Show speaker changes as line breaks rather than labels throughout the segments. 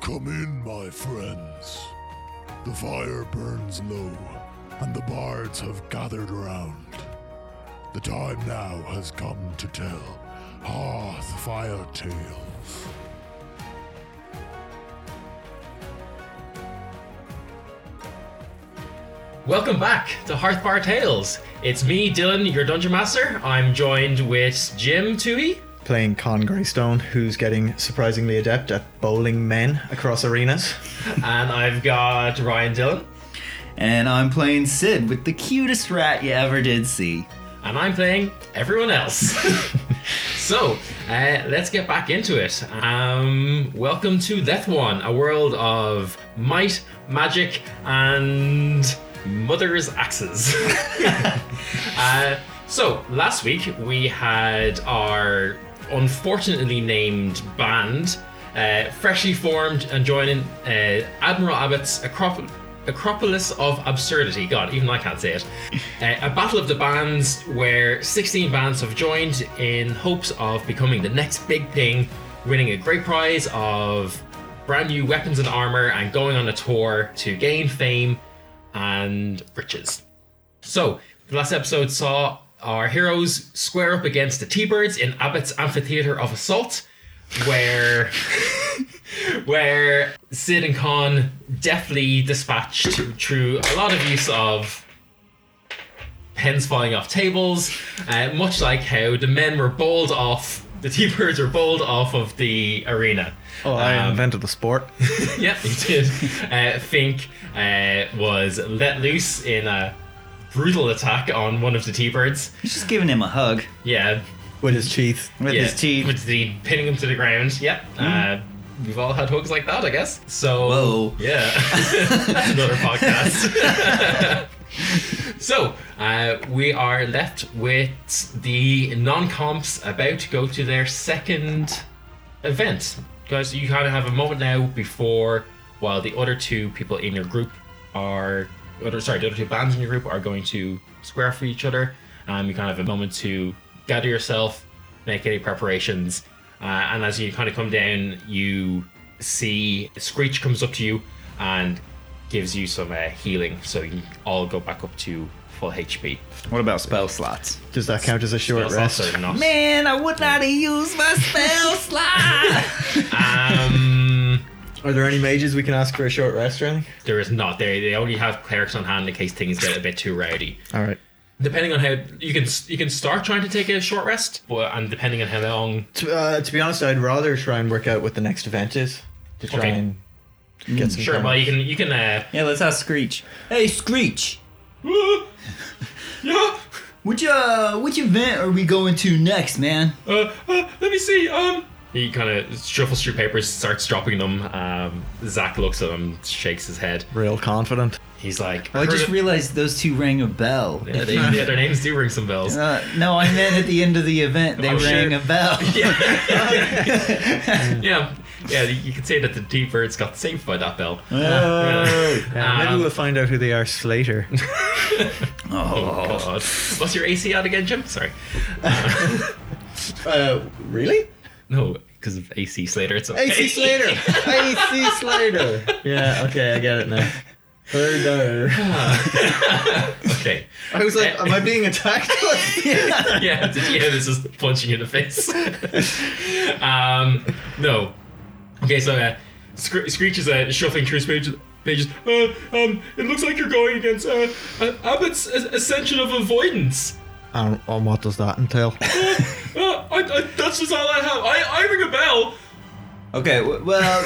Come in, my friends. The fire burns low, and the bards have gathered round. The time now has come to tell Hearthfire tales.
Welcome back to Hearthfire Tales. It's me, Dylan, your Dungeon Master. I'm joined with Jim Tui.
playing Con Greystone, who's getting surprisingly adept at bowling men across arenas.
and I've got Ryan Dillon,
And I'm playing Sid with the cutest rat you ever did see.
and I'm playing everyone else. so uh, let's get back into it. Um, welcome to Death One, a world of might, magic, and mother's axes. uh, so last week we had our unfortunately named band. Uh, freshly formed and joining uh, Admiral Abbott's Acrop- Acropolis of Absurdity. God, even I can't say it. Uh, a battle of the bands where 16 bands have joined in hopes of becoming the next big thing, winning a great prize of brand new weapons and armor, and going on a tour to gain fame and riches. So, the last episode saw our heroes square up against the T-Birds in Abbott's Amphitheater of Assault, where where Sid and Khan deftly dispatched through a lot of use of pens falling off tables, uh, much like how the men were bowled off, the T-Birds were bowled off of the arena.
Oh, I invented the sport.
Yeah, he did. Uh, Fink uh, was let loose in a brutal attack on one of the T-Birds.
He's just giving him a hug
Yeah,
With his teeth.
with
yeah,
his teeth. Hmm.
with the pinning him to the ground. Yep. Uh, we've all had hooks like that, I guess. So
Whoa.
yeah, that's another podcast. so uh, we are left with the non-comps about to go to their second event, guys. You kind of have a moment now before, while the other two people in your group are, other sorry, the other two bands in your group are going to square for each other. Um, you kind of have a moment to gather yourself, make any preparations, uh, and as you kind of come down, you see Screech comes up to you and gives you some uh, healing, so you can all go back up to full HP.
What about spell slots?
Does that count as a short
That's
rest?
also not-
Man, I would not have used my spell slot.
Um,
Are there any mages we can ask for a short rest or anything?
there is not. They they only have clerics on hand in case things get a bit too rowdy.
All right.
depending on how you can you can start trying to take a short rest but and depending on how long
To, uh, to be honest, I'd rather try and work out what the next event is to try
Okay.
and get some.
sure
kind
well
of-
you can you can uh
yeah, let's ask Screech. Hey, Screech.
yeah
Which uh, which event are we going to next, man?
uh, uh let me see um he kind of shuffles through papers starts dropping them um zach looks at him shakes his head
Real confident.
he's like
Oh, I
"Heard
just
of-"
realized those two rang a bell.
yeah, they, yeah, their names do ring some bells
Uh, no, I meant at the end of the event they
I'm sure-
rang a bell.
yeah yeah you can say that the deep birds got saved by that bell
Yeah, maybe
Um,
we'll find out who they are later.
Oh.
God. what's your ac on again jim sorry
uh, really?
no because of ac slater it's okay.
AC Slater. AC Slater. Yeah. Okay, I get it now. Herder.
okay
I was like, am I being attacked?
yeah, did you hear this is punching you in the face? um, no. Okay, so uh, Scre- Screech is uh, shuffling through his pages. pages. Uh, um, it looks like you're going against uh, uh, Abbott's As- Ascension of Avoidance.
and, and Um, oh, what does that entail?
Uh, I, I, that's just all I have. I, I ring a bell.
Okay, w- well,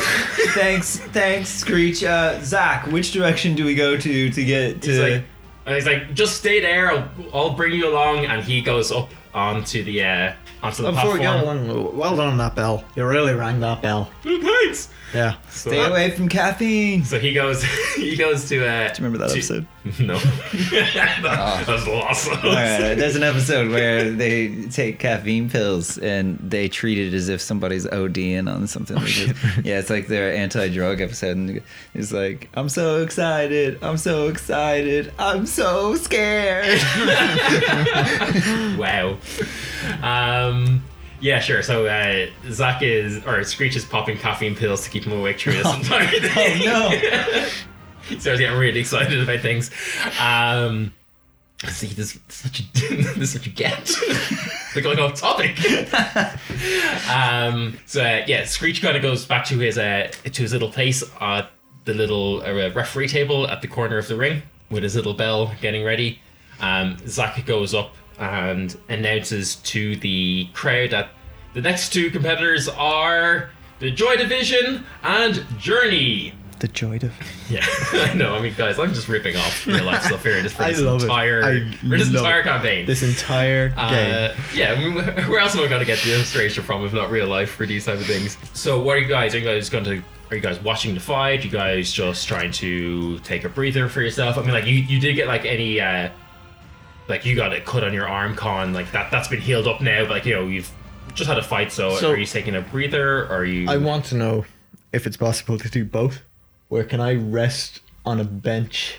thanks, thanks, Screech. Uh, Zach, which direction do we go to to get
He's
to?
like, and he's like, just stay there. I'll, I'll bring you along. And he goes up onto the uh, onto the
Before we go
platform.
along, well done on that bell. You really rang that bell.
Thanks.
Yeah.
So,
Stay away from caffeine.
so he goes. he goes to. Uh,
Do you remember that
to-
episode?
No. that, that's awesome.
All right, there's an episode where they take caffeine pills and they treat it as if somebody's ODing on something.
Oh,
like this. yeah, it's like their anti-drug episode, and it's like, I'm so excited, I'm so excited, I'm so scared.
Wow. Um, Yeah, sure. So uh, Zach is or Screech is popping caffeine pills to keep him awake through this entire thing.
no.
so I was getting really excited about things. Um, see, this this is what you this is what you get. They're going off topic. um, so uh, yeah, Screech kind of goes back to his uh, to his little place at the little uh, referee table at the corner of the ring with his little bell getting ready. Um, Zach goes up and announces to the crowd that the next two competitors are the Joy Division and Journey.
The joy of
Yeah, I know. I mean, guys, I'm just ripping off real life stuff here. Just for
I
this
love it.
entire,
I
for this
love
entire
it.
campaign.
this entire game.
uh, yeah, I mean, where else am I going to get the illustration from if not real life for these type of things? So, what are you guys? Are you guys going to? Are you guys watching the fight? You guys just trying to take a breather for yourself? I mean, like you, you did get like any, uh like you got a cut on your arm, con like that. That's been healed up now. But like you know, you've just had a fight. So,
So-
are you taking a breather? Or are you?
I want to know if it's possible to do both. Where can I rest on a bench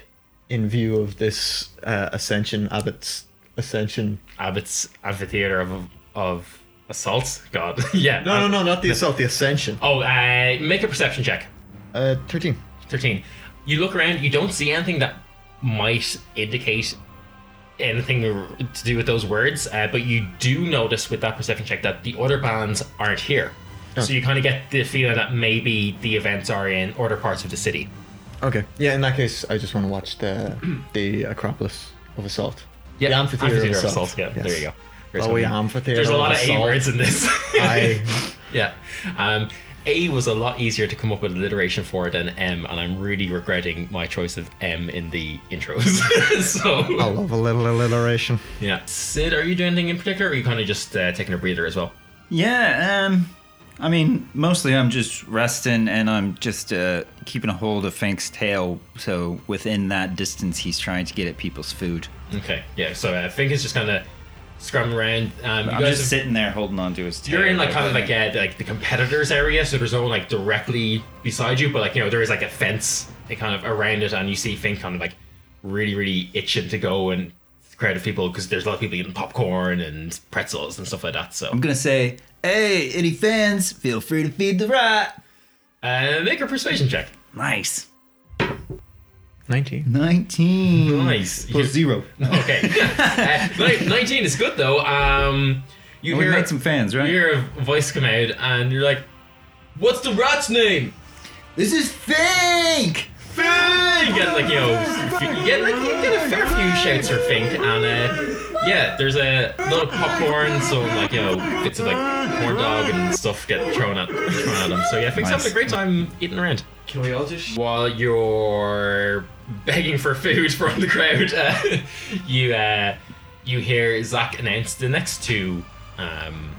in view of this uh, ascension, Abbott's ascension?
Abbott's amphitheater of of assault. God, yeah.
No, no, no, not the assault, the ascension.
Oh, uh, make a perception check.
Uh, 13.
13. You look around, you don't see anything that might indicate anything r- to do with those words, uh, but you do notice with that perception check that the other bands aren't here.
Oh.
So you kind of get the feeling that maybe the events are in other parts of the city.
Okay. Yeah, in that case, I just want to watch the the Acropolis of Assault. the amphitheater, of Assault.
Yeah,
Yes.
there you go. There's,
Oh,
a-
yeah, amphitheater.
there's a lot of A
assault.
words in this.
I,
Yeah. Um, a was a lot easier to come up with alliteration for than M, and I'm really regretting my choice of M in the intros. so,
I love a little alliteration.
yeah. Sid, are you doing anything in particular, or are you kind of just uh, taking a breather as well?
Yeah, um, I mean, mostly I'm just resting and I'm just uh, keeping a hold of Fink's tail. So within that distance, he's trying to get at people's food.
Okay. Yeah. So, uh, Fink is just kind of scrumming around. Um, you
I'm
guys
just
have-
sitting there holding on to his tail.
you're in like kind of like uh, like the competitors area, so there's no one like directly beside you, but like you know there is like a fence that kind of around it, and you see Fink kind of like really really itching to go and crowd of people because there's a lot of people eating popcorn and pretzels and stuff like that. So
I'm gonna say, "Hey, any fans? Feel free to feed the rat."
uh, make a persuasion check.
Nice.
19.
Nineteen.
Nice. You-
Plus zero.
okay. Uh, ni- Nineteen is good though. Um, you
We
hear
made some fans,
you
right?
hear a voice come out, and you're like, "What's the rat's name?"
This is Fink.
you get like you know, you get like you get a fair few shouts or fink, and uh, yeah, there's a little popcorn, so like you know, bits of like corn dog and stuff get thrown at thrown at them. So yeah, Fink's
Nice.
having a great time eating around
Can we all just
while you're begging for food from the crowd. Uh, you uh, you hear Zach announce the next two. Um,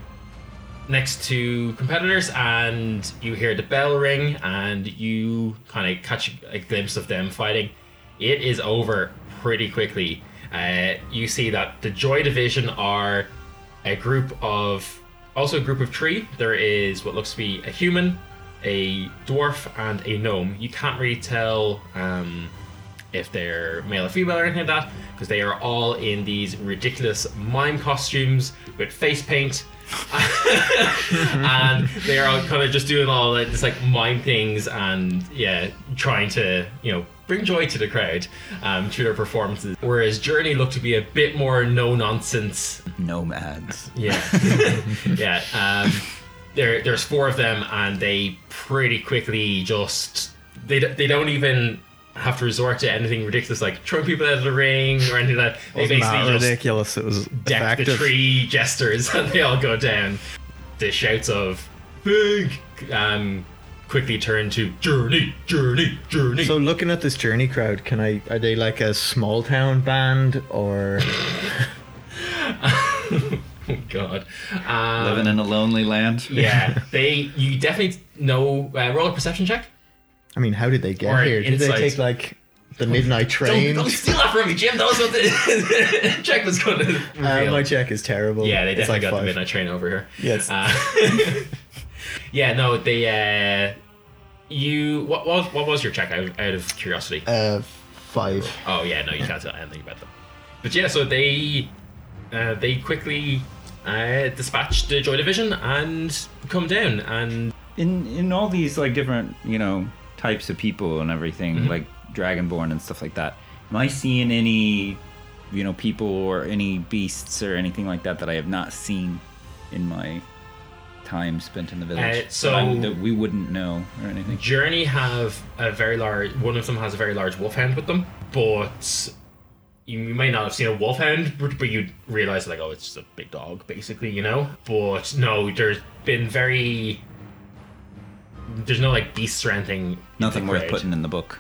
Next two competitors, and you hear the bell ring, and you kind of catch a glimpse of them fighting. It is over pretty quickly. Uh, you see that the Joy Division are a group of, also a group of three. There is what looks to be a human, a dwarf, and a gnome. You can't really tell um, if they're male or female or anything like that, because they are all in these ridiculous mime costumes with face paint. and they are all kind of just doing all like this like mime things and yeah, trying to you know bring joy to the crowd um, through their performances. Whereas Journey looked to be a bit more no nonsense.
Nomads.
Yeah, yeah. Um, there, there's four of them, and they pretty quickly just they d- they don't even have to resort to anything ridiculous like throwing people out of the ring or anything like that. They
It's
basically
not
just
ridiculous. It was
deck the
effective.
tree jesters and they all go down. The shouts of "Big" um, quickly turn to "Journey, Journey, Journey."
So looking at this journey crowd, can I? Are they like a small town band or?
oh God, um,
Living in a lonely land.
yeah, they. You definitely know. Uh, roll a perception check.
I mean, how did they get
Or
here? Did they
insight.
take like the midnight
Don't,
train?
don't steal that from me, Jim. That was what the check was going to.
Uh, my check is terrible.
Yeah, they
It's
definitely
like
got the
five.
midnight train over here.
Yes.
Uh, yeah, no, they. Uh, you what, what what was your check out, out of curiosity?
Uh, five.
Oh yeah, no, you can't tell anything about them. But yeah, so they uh, they quickly uh, dispatch the Joy Division and come down. And
in in all these like different you know types of people and everything
Mm-hmm.
like dragonborn and stuff like that am i seeing any you know people or any beasts or anything like that that i have not seen in my time spent in the village
Uh,
that
so-
I'm- that we wouldn't know or anything
Journey have a very large. One of them has a very large wolfhound with them, but you may not have seen a wolfhound, but but you'd realize like, oh, it's just a big dog, basically, you know. But no, there's been very. There's no like beasts or anything. in the
nothing worth
crowd.
putting in the book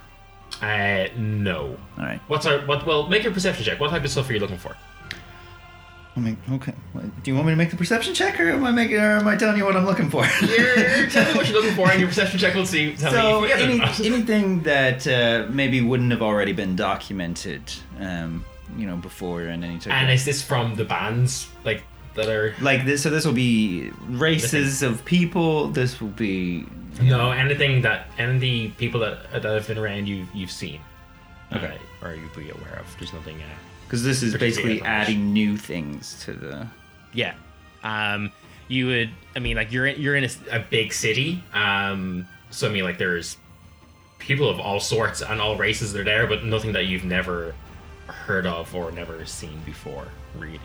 Uh, no.
all right
What's our what? Well, make your perception check. What type of stuff are you looking for?
I mean, okay do you want me to make the perception check or am i making or am i telling you what i'm looking for
You're, tell me what you're looking for, and your perception check will see. Tell
so
me if you get it or
any,
not.
anything that uh, maybe wouldn't have already been documented, um, you know, before and any type
And
of-
is this from the bands like that are?
like this. So this will be races of people. This will be
No, anything that any of the people that that have been around you you've seen,
Okay.
uh, or you'd be aware of. There's nothing. Uh,
because this is
Particularly
basically adding new things to the.
yeah, um, you would. I mean, like you're in, you're in a, s- a big city. Um, so I mean, like there's people of all sorts and all races that are there, but nothing that you've never heard of or never seen before, really.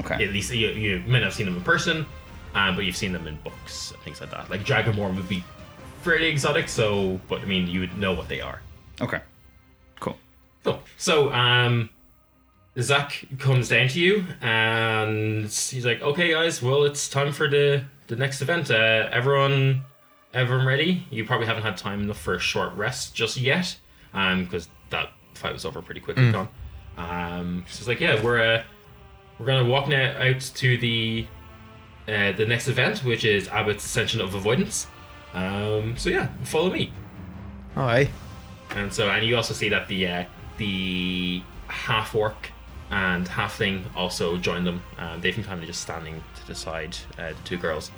Okay.
at least you, you may not have seen them in person, um, but you've seen them in books and things like that. Like Dragonborn would be fairly exotic, so but I mean you would know what they are.
Okay. Cool.
Cool. So um, Zach comes down to you and he's like, "Okay, guys, well it's time for the the next event. Uh, everyone, everyone ready? You probably haven't had time enough for a short rest just yet, um, because that fight was over pretty quickly, Con. Um, so he's like, "Yeah, we're uh, we're gonna walk now out to the." Uh, the next event, which is Abbott's Ascension of Avoidance. Um, so yeah, follow me.
All right.
And so, and you also see that the uh, the half orc and halfling also join them. Um, they've been kind of just standing to the side. Uh, the two girls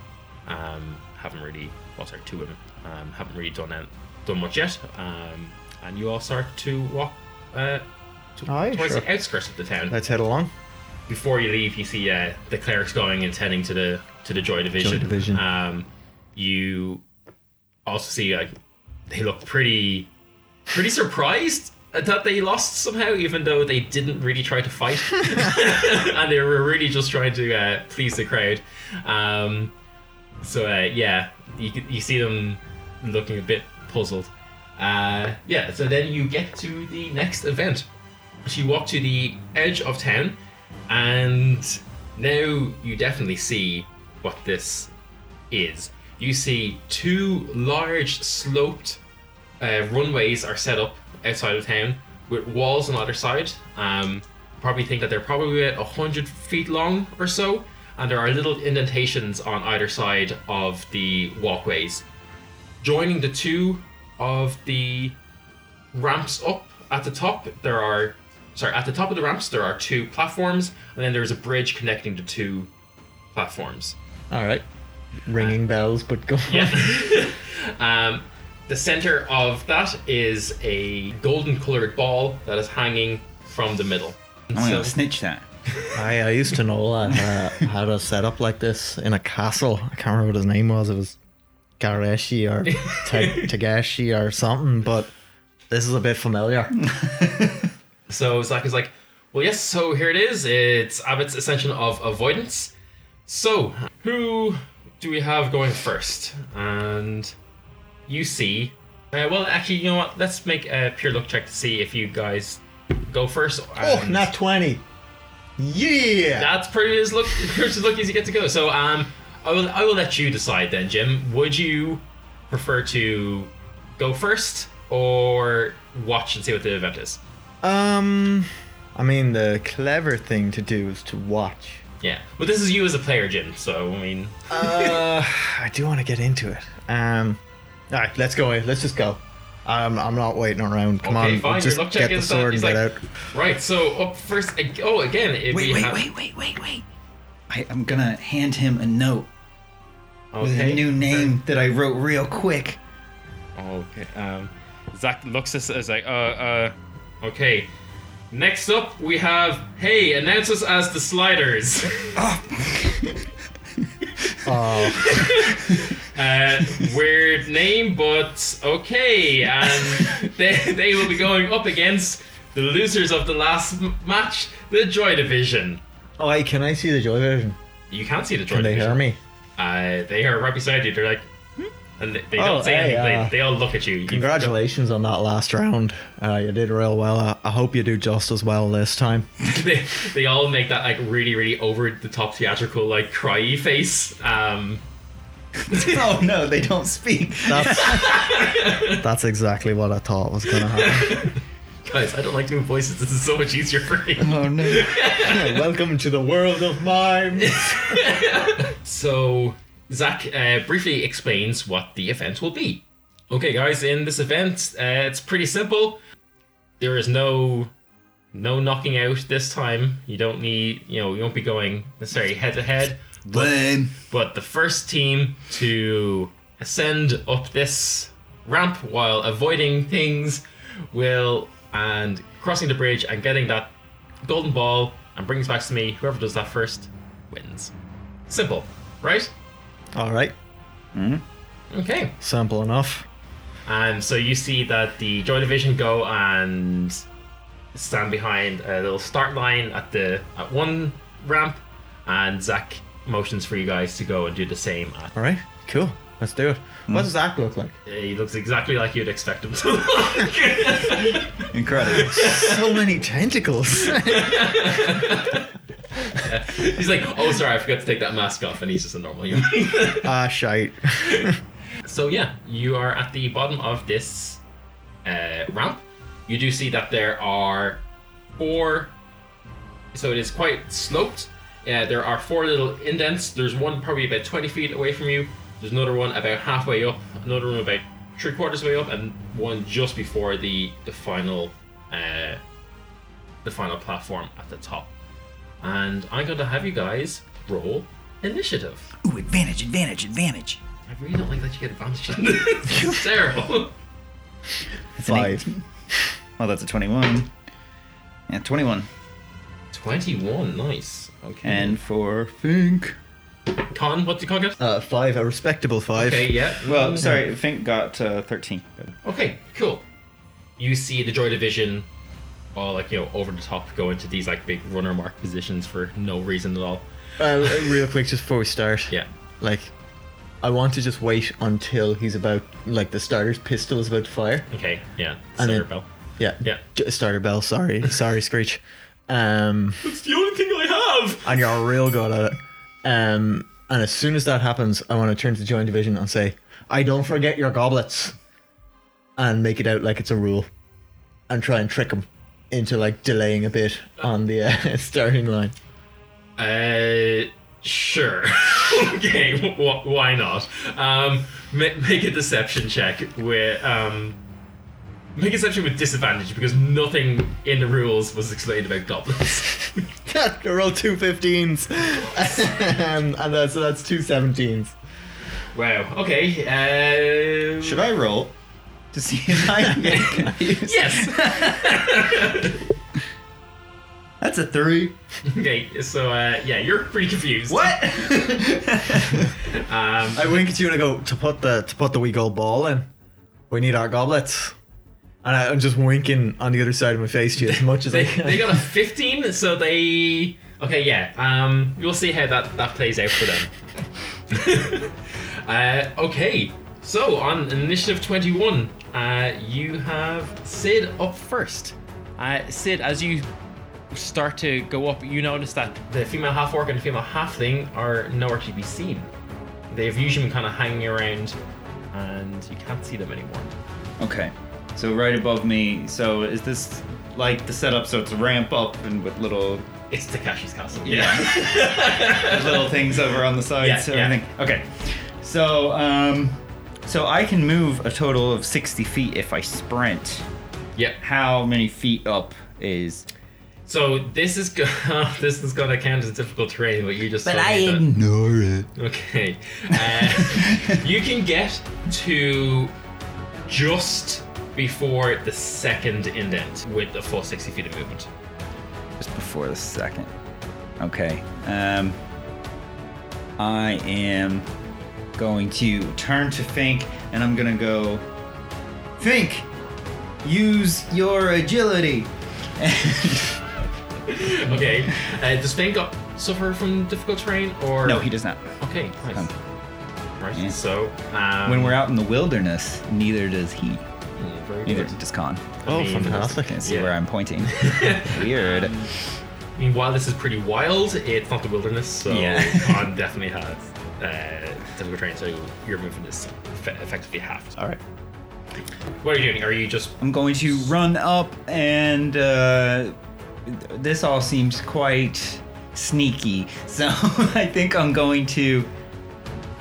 um, haven't really, well, sorry, two women um, haven't really done an- done much yet. Um, and you all start to walk uh, to,
Aye,
towards
sure.
the outskirts of the town.
Let's head along.
Before you leave, you see uh, the clerics going and tending to the to the joy division.
Joy Division.
Um, you also see like they look pretty pretty surprised that they lost somehow, even though they didn't really try to fight, and they were really just trying to uh, please the crowd. Um, so uh, yeah, you c- you see them looking a bit puzzled. Uh, yeah, so then you get to the next event. So you walk to the edge of town, and now you definitely see what this is. You see two large sloped uh, runways are set up outside of town with walls on either side. Um, probably think that they're probably about 100 feet long or so, and there are little indentations on either side of the walkways. Joining the two of the ramps up at the top, there are sorry, at the top of the ramps there are two platforms, and then there's a bridge connecting the two platforms.
All right. Ringing bells, but go on.
Yeah. um, the center of that is a golden colored ball that is hanging from the middle.
I'm gonna snitch that.
I, I used to know that uh, had a setup like this in a castle. I can't remember what his name was. It was Gareshi or Te- Tagashi or something, but this is a bit familiar.
So Zach is like, well, yes, so here it is. It's Abbott's Ascension of Avoidance. So, who do we have going first? And you see. Uh, well, actually, you know what? Let's make a pure luck check to see if you guys go first.
Oh,
and-
not 20. Yeah.
That's pretty as look as lucky as you get to go. So um, I will I will let you decide then, Jim. Would you prefer to go first or watch and see what the event is?
Um, I mean, the clever thing to do is to watch.
Yeah. Well, this is you as a player, Jim. So I mean,
Uh, I do want to get into it. Um, all right, let's go. in. Let's just go. I'm, I'm not waiting around. Come
okay,
on,
fine.
just
your luck check
get the
is
sword
that,
and
he's
get
like,
out.
Right. So up first. ag- Oh, again. If we
Wait, wait,
have,
wait, wait, wait, wait. I, I'm gonna hand him a note with
Okay.
a new name that I wrote real quick.
Okay. Um, Zach looks at us as like, uh, uh. Okay. Next up, we have, hey, announce us as the Sliders.
Oh,
Uh, weird name, but okay. And they, they will be going up against the losers of the last m- match, the Joy Division.
oh, wait, can I see the Joy Vision?
You can't see the Joy
Can they
Division.
hear me?
Uh, they are right beside you. They're like, hmm? and they, they don't
Oh,
say
hey,
anything.
uh,
they, they all look at you. You-
Congratulations on that last round. Uh, you did real well. I, I hope you do just as well this time.
They, they all make that like really, really over the top theatrical like cryy face. Um,
oh no, they don't speak.
That's that's exactly what I thought was gonna happen.
guys, I don't like doing voices. This is so much easier for me.
Oh no.
Welcome to the world of mime.
So, Zach uh, briefly explains what the event will be. Okay, guys, in this event, uh, it's pretty simple. There is no no knocking out this time. You don't need, you know, you won't be going necessarily head to head.
Lame.
But the first team to ascend up this ramp while avoiding things will, and crossing the bridge and getting that golden ball and brings back to me, whoever does that first wins. Simple, right?
All right,
Okay.
simple enough.
And so you see that the Joy Division go and stand behind a little start line at the at one ramp, and Zach motions for you guys to go and do the same. At,
All right, cool. Let's do it. What does that look like?
he looks exactly like you'd expect him to look.
Incredible.
So many tentacles.
he's like, oh, sorry, I forgot to take that mask off, and he's just a normal human.
ah, shite.
So yeah, you are at the bottom of this uh, ramp. You do see that there are four. So it is quite sloped. Uh, there are four little indents. There's one probably about 20 feet away from you. There's another one about halfway up. Another one about three quarters way up, and one just before the the final uh, the final platform at the top. And I'm going to have you guys roll initiative.
Ooh, advantage, advantage, advantage.
I really don't like that you get advantage on this. it's terrible.
Five.
Well, that's a 21. Yeah, 21.
21, nice. Okay.
And for Fink.
Con, what did Con get?
Uh, five. A respectable five.
Okay, yeah.
Well, sorry, Fink got uh, 13.
Okay, cool. You see the Joy Division all like, you know, over the top go into these like big runner mark positions for no reason at all.
Uh, real quick, just before we start.
Yeah.
Like, I want to just wait until he's about like the starter's pistol is about to fire.
Okay, yeah.
And
Sarah
then-
Bell.
Yeah.
Yeah.
J- starter bell. Sorry. sorry, Screech. Um,
It's the only thing I have!
and you're real good at it. Um, and as soon as that happens, I want to turn to the joint division and say, "I don't forget your goblets," and make it out like it's a rule, and try and trick him into like delaying a bit on the uh, starting line.
Uh, sure. okay, wh- wh- why not? Um, ma- make a deception check with um, make a deception with disadvantage because nothing in the rules was explained about goblins.
I rolled two 15s. um, and that's, so that's two 17s.
wow. Okay. Uh,
Should I roll to see if I can get confused?
Yes.
That's a 3.
okay. So uh, yeah, you're pretty confused.
What?
Um,
I wink at you and I go to put the to put the wee gold ball in. We need our goblets, and I, I'm just winking on the other side of my face to you as much as
they,
I can.
they got a 15, so they. Okay, yeah. Um, we'll see how that, that plays out for them. uh, okay, so on initiative 21, uh, you have Sid up first. Uh, Sid, as you start to go up, you notice that the female half orc and the female halfling are nowhere to be seen. They've usually been kind of hanging around, and you can't see them anymore.
Okay. So right above me. So is this like the setup? So it's a ramp up and with little
It's Takashi's castle.
with little things over on the sides.
Yeah,
and
yeah.
everything. Okay. So um, so I can move a total of sixty feet if I sprint.
yep.
How many feet up is?
So this is go- this is gonna count as difficult terrain, but you just but I
Ignore it.
okay. Uh, you can get to just before the second indent with a full sixty feet of movement.
Just before the second. Okay. Um. I am going to turn to Fink and I'm gonna go, Fink, use your agility.
Okay. Uh, does Fink up- suffer from difficult terrain or
No, he does not.
Okay. Nice.
Um,
Right.
yeah.
So um,
When we're out in the wilderness, neither does he.
yeah, very
Neither
good.
does Khan.
Oh,
I mean,
fantastic.
Can't see
Yeah.
where I'm pointing. Weird.
I mean, while this is pretty wild, it's not the wilderness, so
Yeah.
Khan definitely has uh, difficult terrain. So your movement is fe- effectively half.
All right.
What are you doing? Are you just
I'm going to run up and uh, th- this all seems quite sneaky. So I think I'm going to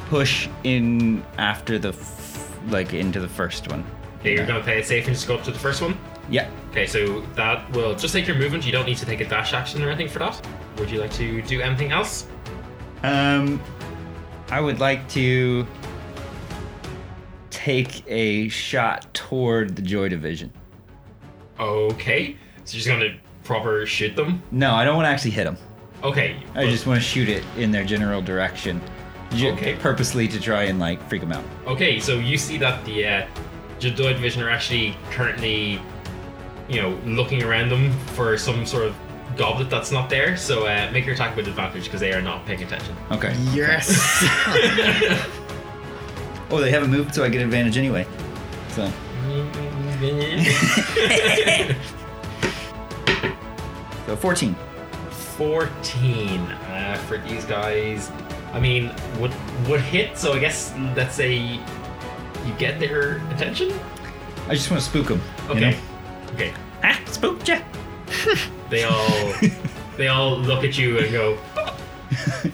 push in after the f- like into the first one.
yeah, you're going to play it safe and just go up to the first one?
Yeah.
Okay, so that will just take your movement. You don't need to take a dash action or anything for that. Would you like to do anything else?
Um I would like to take a shot toward the joy division.
Okay, so you're just going to proper shoot them.
No, I don't want to actually hit them.
Okay,
I
but-
just want to shoot it in their general direction. Ju-
Okay.
Purposely to try and like freak them out.
Okay, so you see that the uh, Jedi Division are actually currently, you know, looking around them for some sort of goblet that's not there. So uh, make your attack with advantage because they are not paying attention.
Okay.
Yes.
Oh, they haven't moved, so I get advantage anyway. So so 14.
Fourteen uh, for these guys. I mean, would would hit? So I guess let's say you get their attention.
I just want to spook them.
Okay. Okay.
Ah, spooked ya.
They all they all look at you and go.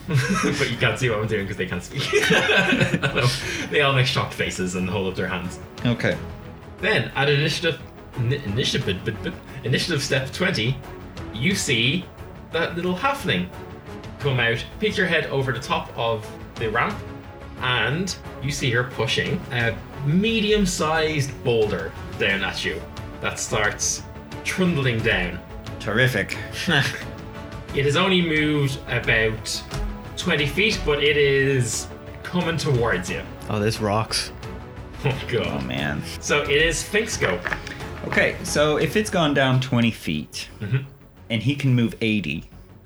but you can't see what I'm doing because they can't speak. Hello. they all make shocked faces and hold up their hands.
Okay.
Then, at initiative ni- initiative bit- bit- bit- initiative step twenty, you see that little halfling come out, peek your head over the top of the ramp, and you see her pushing a medium-sized boulder down at you that starts trundling down.
Terrific.
It has only moved about 20 feet, but it is coming towards you.
oh, this rocks.
Oh,
Oh,
God.
man.
So it is Fink's go.
Okay, so if it's gone down 20 feet, and he can move 80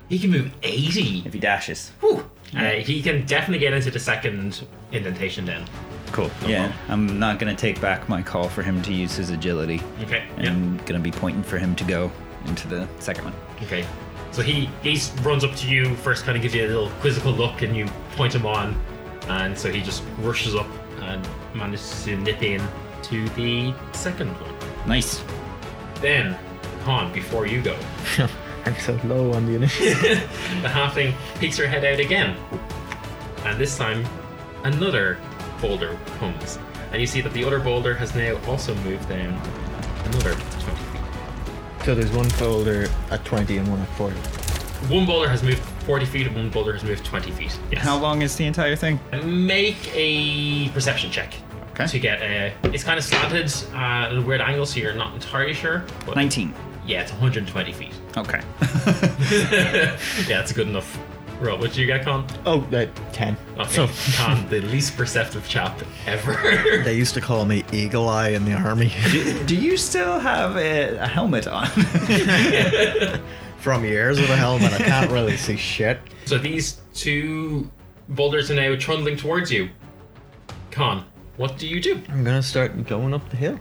He can move 80.
if he dashes.
Whew. Uh, he can definitely get into the second indentation then.
Cool. Yeah, I'm not going to take back my call for him to use his agility.
Okay. Mm-hmm.
And
Yeah.
I'm going to be pointing for him to go into the second one.
Okay. So he he runs up to you first, kind of gives you a little quizzical look, and you point him on, and so he just rushes up and manages to nip in to the second one.
Nice.
Then, Han, before you go,
I'm so low on the initiative.
The halfling peeks her head out again. And this time, another boulder comes. And you see that the other boulder has now also moved down another 20 feet.
So there's one folder at 20 and one at 40.
One boulder has moved 40 feet, and one boulder has moved 20 feet. Yes.
How long is the entire thing?
Make a perception check.
Okay.
To get a. It's kind of slanted uh, at a weird angle, so you're not entirely sure. But
19.
Yeah, it's 120 feet.
Okay.
yeah, that's a good enough roll. What did you get, Con?
Oh, uh, 10.
Okay.
So
Con, the least perceptive chap ever.
they used to call me Eagle Eye in the army
do, do you still have a, a helmet on?
from years with a helmet. I can't really see shit.
So these two boulders are now trundling towards you. Khan, what do you do?
I'm gonna start going up the hill.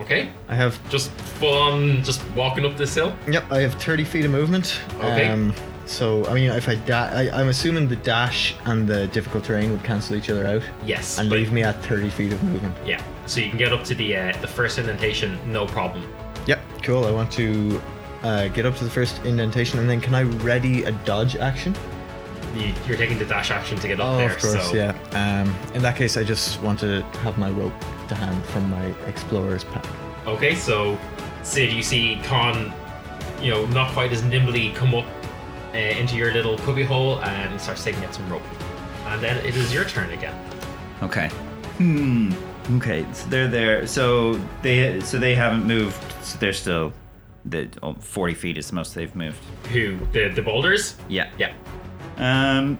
Okay,
I have
just full on, just walking up this hill.
Yep, I have 30 feet of movement.
Okay.
Um, so, I mean, if I die, I, I'm assuming the dash and the difficult terrain would cancel each other out
Yes.
and
but-
leave me at 30 feet of movement.
Yeah. So you can get up to the uh, the first indentation, no problem.
Yep, cool. I want to uh, get up to the first indentation and then can I ready a dodge action?
You, you're taking the dash action to get up
oh,
there.
of course,
so
yeah. Um, in that case, I just want to have my rope to hand from my explorer's pack.
Okay, so Sid, you see Khan, you know, not quite as nimbly come up uh, into your little cubbyhole and starts taking out some rope. And then it is your turn again.
Okay. Hmm. Okay, so they're there. So they so they haven't moved. So they're still the oh, forty feet is the most they've moved.
Who the the boulders?
Yeah.
Yeah.
Um,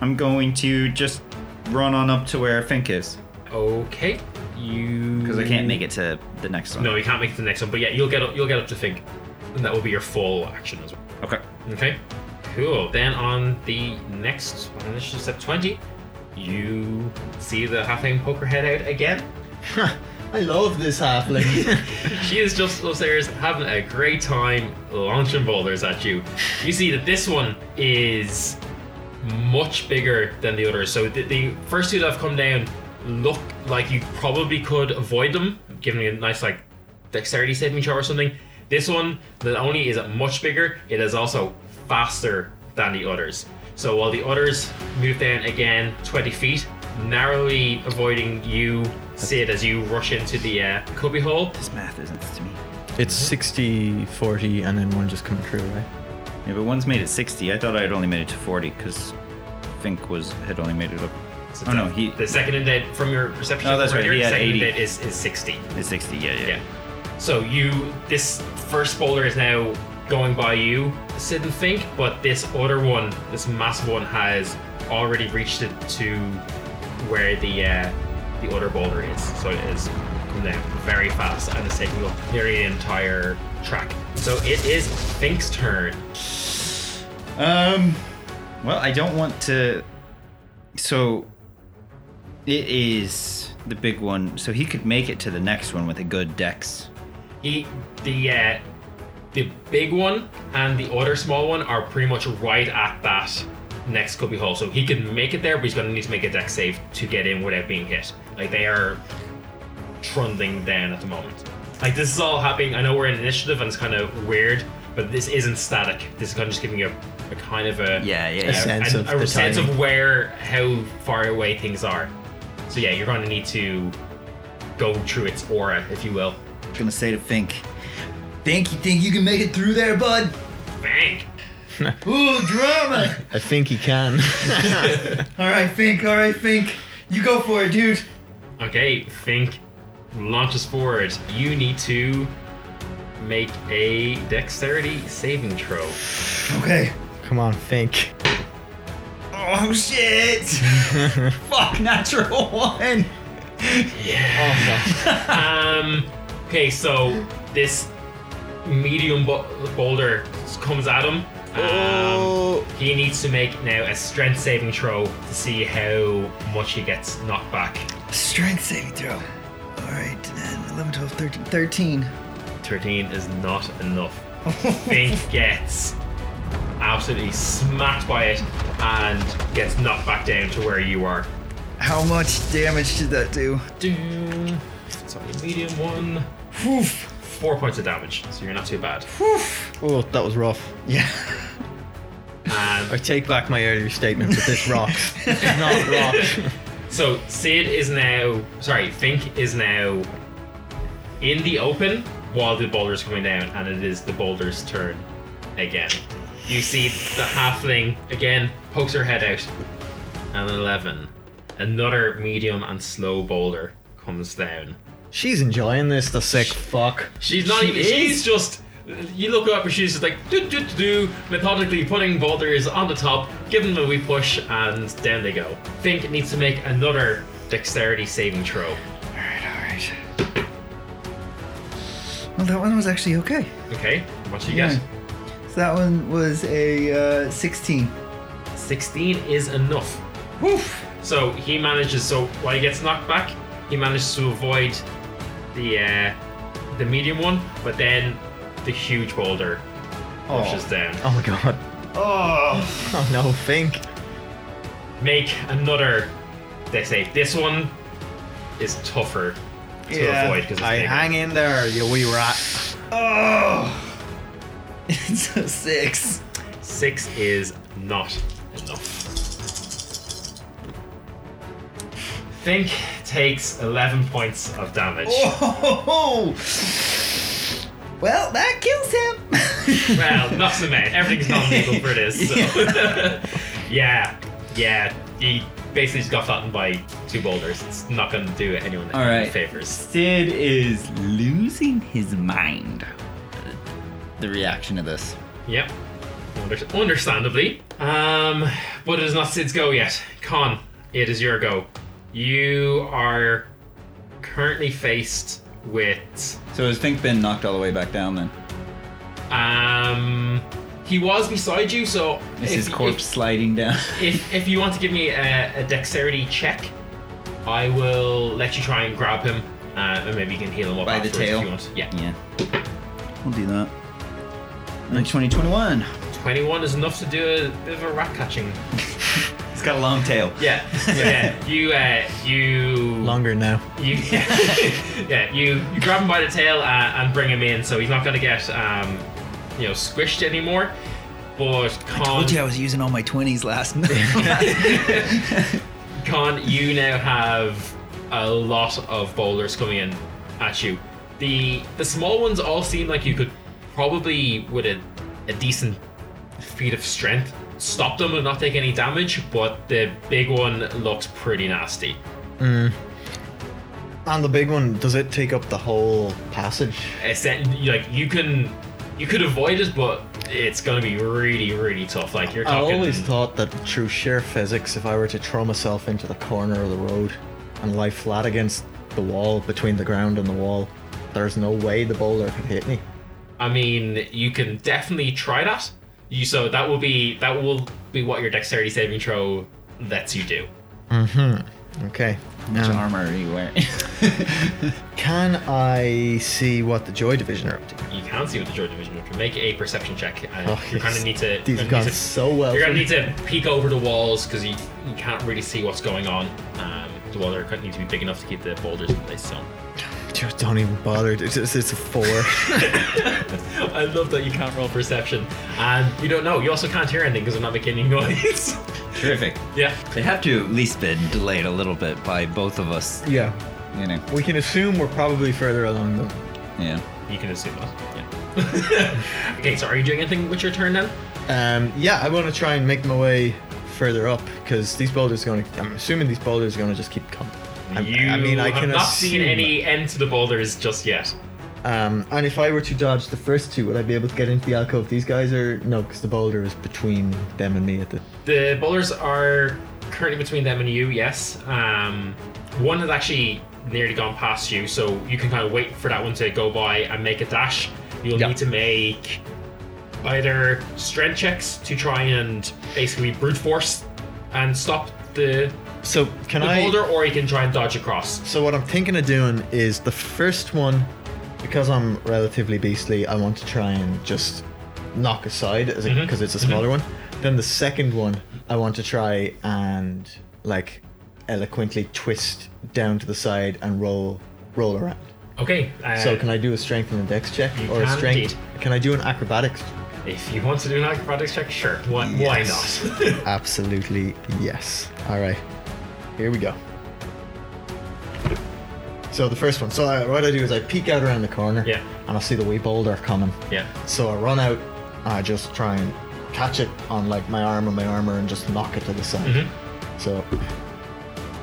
I'm going to just run on up to where Fink is
Okay, you.
because I can't make it to the next one.
No, you can't make it to the next one. But yeah, you'll get up. You'll get up to think, and that will be your fall action as well.
Okay.
Okay, cool. Then on the next on initiative step twenty, you see the halfling poke her head out again.
I love this halfling.
She is just upstairs having a great time launching boulders at you. You see that this one is much bigger than the others. So the, the first two that have come down look like you probably could avoid them, giving you a nice like dexterity saving throw or something. This one, not only is it much bigger, it is also faster than the others. So while the others move down again 20 feet, narrowly avoiding you, Sid, as you rush into the uh, cubbyhole.
This math isn't to me.
it's 60, 40, and then one just come through, right?
Yeah, but one's made it 60. I thought I had only made it to 40 because Fink was had only made it up.
So
Oh no, he
The second indent from your perception.
Oh, that's
check
right,
here,
he
the
had
second
80.
indent is, is 60.
is 60. Yeah, yeah.
Yeah. So you, this first boulder is now going by you, Sid and Fink, but this other one, this massive one, has already reached it to where the uh, the other boulder is. So it is coming down very fast and it's taking up nearly the entire track. So it is Fink's turn.
Um, well, I don't want to. So it is the big one. So he could make it to the next one with a good dex.
He, the uh, the big one and the other small one are pretty much right at that next cubby hole. So he can make it there, but he's gonna need to make a deck save to get in without being hit. Like they are trundling down at the moment. Like this is all happening. I know we're in initiative and it's kind of weird, but this isn't static. This is kind of just giving you a, a kind of a
Yeah, yeah,
a
yeah.
sense
a,
of
a
the
sense
timing.
of where how far away things are. So yeah, you're gonna need to go through its aura, if you will.
I'm gonna say to Fink, Fink, you think you can make it through there, bud?
Bang.
Ooh, drama!
I think he can.
all right, Fink. All right, Fink. You go for it, dude.
Okay, Fink launches forward. You need to make a dexterity saving throw.
Okay.
come on, think.
Oh shit! Fuck, natural one.
Um, okay, so this medium bo- boulder comes at him. Um, he needs to make now a strength saving throw to see how much he gets knocked back.
Strength saving throw. All right, then 11, 12, 13, 13.
13 is not enough. Fink gets absolutely smacked by it and gets knocked back down to where you are.
How much damage did that do?
Doom. Sorry, medium one.
Woof.
Four points of damage, so you're not too bad.
Oh, that was rough.
Yeah.
I
Um,
take back my earlier statement that this rocks. it's not rock.
so Sid is now, sorry, Fink is now in the open while the boulder's coming down, and it is the boulder's turn again. You see the halfling again pokes her head out. An eleven. Another medium and slow boulder comes down.
She's enjoying this, the sick fuck.
She's not
She
even.
is?
She's just. You look up and she's just like do do do do, methodically putting boulders on the top, giving them a wee push, and down they go. Fink needs to make another dexterity saving throw.
All right, all right. Well, that one was actually okay.
Okay, what do you
Yeah.
get?
So that one was a uh, 16.
Sixteen is enough.
Woof.
So he manages. So while he gets knocked back, he manages to avoid the uh, the medium one, but then the huge boulder pushes down.
Oh my god.
Oh.
Oh no, think.
Make another dex save. This one is tougher to
Yeah.
avoid because it's
I
bigger.
hang in there, you wee rat.
Oh. It's a six.
Six is not enough. Fink takes 11 points of damage.
Oh. Well, that kills him.
Well, knocks him out. Everything's not legal for this. So. yeah, yeah. He basically just got flattened by two boulders. It's not going to do anyone
All
any
right.
favors.
Sid is losing his mind. The reaction to this.
Yep. Under- understandably. Um, but it is not Sid's go yet. Con, it is your go. You are currently faced with.
So has Fink been knocked all the way back down then?
Um, he was beside you, so
Is
if-
his corpse sliding down?
If, if, if you want to give me a, a dexterity check, I will let you try and grab him, uh, and maybe you can heal him up
By the
afterwards
tail?
If you want. Yeah.
yeah. We'll do that. In 2021.
21 is enough to do a bit of a rat catching.
It's got a long tail.
Yeah, yeah. You, uh, you,
Longer now.
you, yeah. You, you grab him by the tail uh, and bring him in, so he's not going to get, um, you know, squished anymore. But Con,
Told you I was using all my 20s last night.
Con, you now have a lot of boulders coming in at you. The the small ones all seem like you could probably with a, a decent feat of strength stop them and not take any damage, but the big one looks pretty nasty.
And the big one, does it take up the whole passage?
It's that- like you can you could avoid it, but it's gonna be really really tough. Like you're
I
talking.
always thought that through sheer physics, if I were to throw myself into the corner of the road and lie flat against the wall between the ground and the wall, there's no way the boulder could hit me.
I mean, you can definitely try that. You so that will be that will be what your dexterity saving throw lets you do.
Okay.
Which
Um,
armor are you wearing?
Can I see what the Joy Division are up to?
You can see what the Joy Division are. Make a perception check. And
Oh,
you kind
yes.
of need to.
These
you're gonna
have gone
need to-
so well.
You're
for
gonna
me.
need to peek over the walls because you, you can't really see what's going on. Um, the walls are going to need to be big enough to keep the boulders in place. So
Dude, don't even bother. It's, it's, it's a four.
I love that you can't roll perception, and you don't know. You also can't hear anything because I'm not making any noise.
Terrific.
yeah.
They have to at least been delayed a little bit by both of us.
yeah.
You know.
We can assume we're probably further along than
Yeah.
You can assume that. Yeah. okay, so are you doing anything with your turn then?
Um, yeah, I want to try and make my way further up because these boulders are going to. I'm assuming these boulders are going to just keep coming. I,
you
I mean, I
have
can
not
assume.
seen any end to the boulders just yet.
Um, and if I were to dodge the first two, would I be able to get into the alcove? These guys are no, because the boulder is between them and me at the.
The boulders are currently between them and you. Yes. Um, one has actually nearly gone past you, so you can kind of wait for that one to go by and make a dash. You'll
Yeah.
need to make either strength checks to try and basically brute force and stop the,
So can
the
I?
boulder, or you can try and dodge across.
So what I'm thinking of doing is the first one, because I'm relatively beastly, I want to try and just knock aside as
Mm-hmm.
because it's a smaller one. Then the second one, I want to try and like eloquently twist down to the side and roll roll around.
Okay. Uh,
so can I do a strength and a dex check
you
or a
can
strength? Can I do an acrobatics?
if you want to do an acrobatics check, sure. Why,
Yes.
why not?
Absolutely yes. All right, here we go. So the first one. So I, what I do is I peek out around the corner,
Yeah.
and I see the wee boulder coming.
Yeah.
So I run out. And I just try and catch it on like my arm and my armor, and just knock it to the side.
Mm-hmm.
So,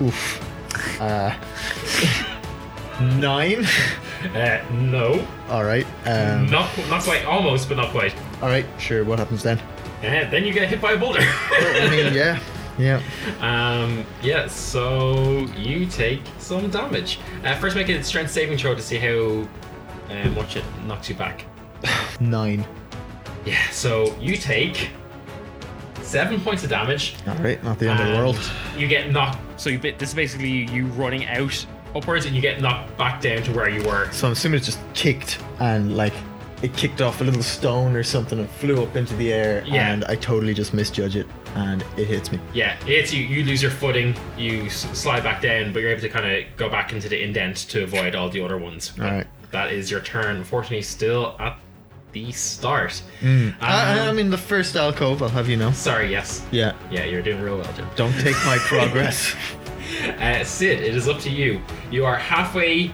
oof. Uh, nine.
Uh, no.
All right. Um,
Not qu- not quite. Almost, but not quite.
All right. Sure. What happens then?
Uh, then you get hit by a boulder.
I mean, yeah, yeah.
um, yeah. So you take some damage. Uh, first, make a strength saving throw to see how uh, much it knocks you back.
Nine.
Yeah. So you take seven points of damage.
All right. Not the end of the
and
world.
You get knocked. So you bit. This is basically you running out upwards, and you get knocked back down to where you were.
So I'm assuming it just kicked and like it kicked off a little stone or something and flew up into the air
Yeah.
and I totally just misjudge it and it hits me.
Yeah, it's you. You lose your footing. You s- slide back down, but you're able to kind of go back into the indent to avoid all the other ones. But
Alright.
That is your turn. Unfortunately, still at the start. Um,
I, I'm in the first alcove, I'll have you know.
sorry. Yes.
Yeah.
Yeah, you're doing real well, Jim.
Don't take my progress.
Uh, Sid, it is up to you. You are halfway.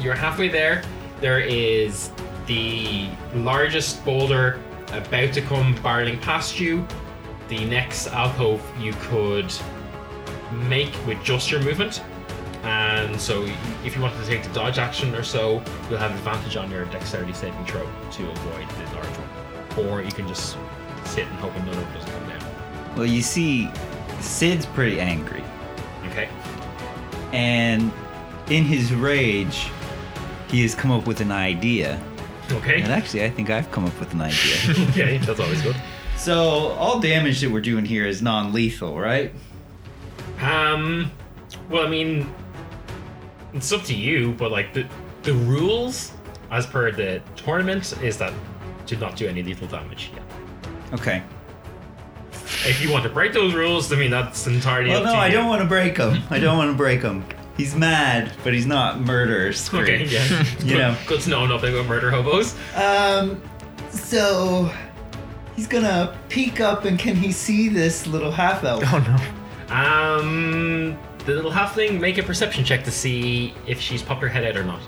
You're halfway there. There is the largest boulder about to come barreling past you. The next alcove you could make with just your movement, and so if you wanted to take the dodge action or so, you'll have advantage on your dexterity saving throw to avoid the large one, or you can just sit and hoping none of them doesn't come down.
Well, you see, Sid's pretty angry,
Okay.
and in his rage, he has come up with an idea. And
Okay.
actually, I think I've come up with an idea.
okay. That's always good.
so, all damage that we're doing here is non lethal, right?
Um. Well, I mean, it's up to you, but like the the rules as per the tournament is that to not do any lethal damage. Yeah.
Okay.
If you want to break those rules, I mean that's entirely
Well,
up
no,
to you.
I don't want to break him. I don't want to break him. He's mad, but he's not murderous.
Okay. Yeah.
You know.
Good to know nothing about murder hobos.
Um, so he's gonna peek up, and can he see this little half elf?
Oh no.
Um. The little halfling make a perception check to see if she's popped her head out or not.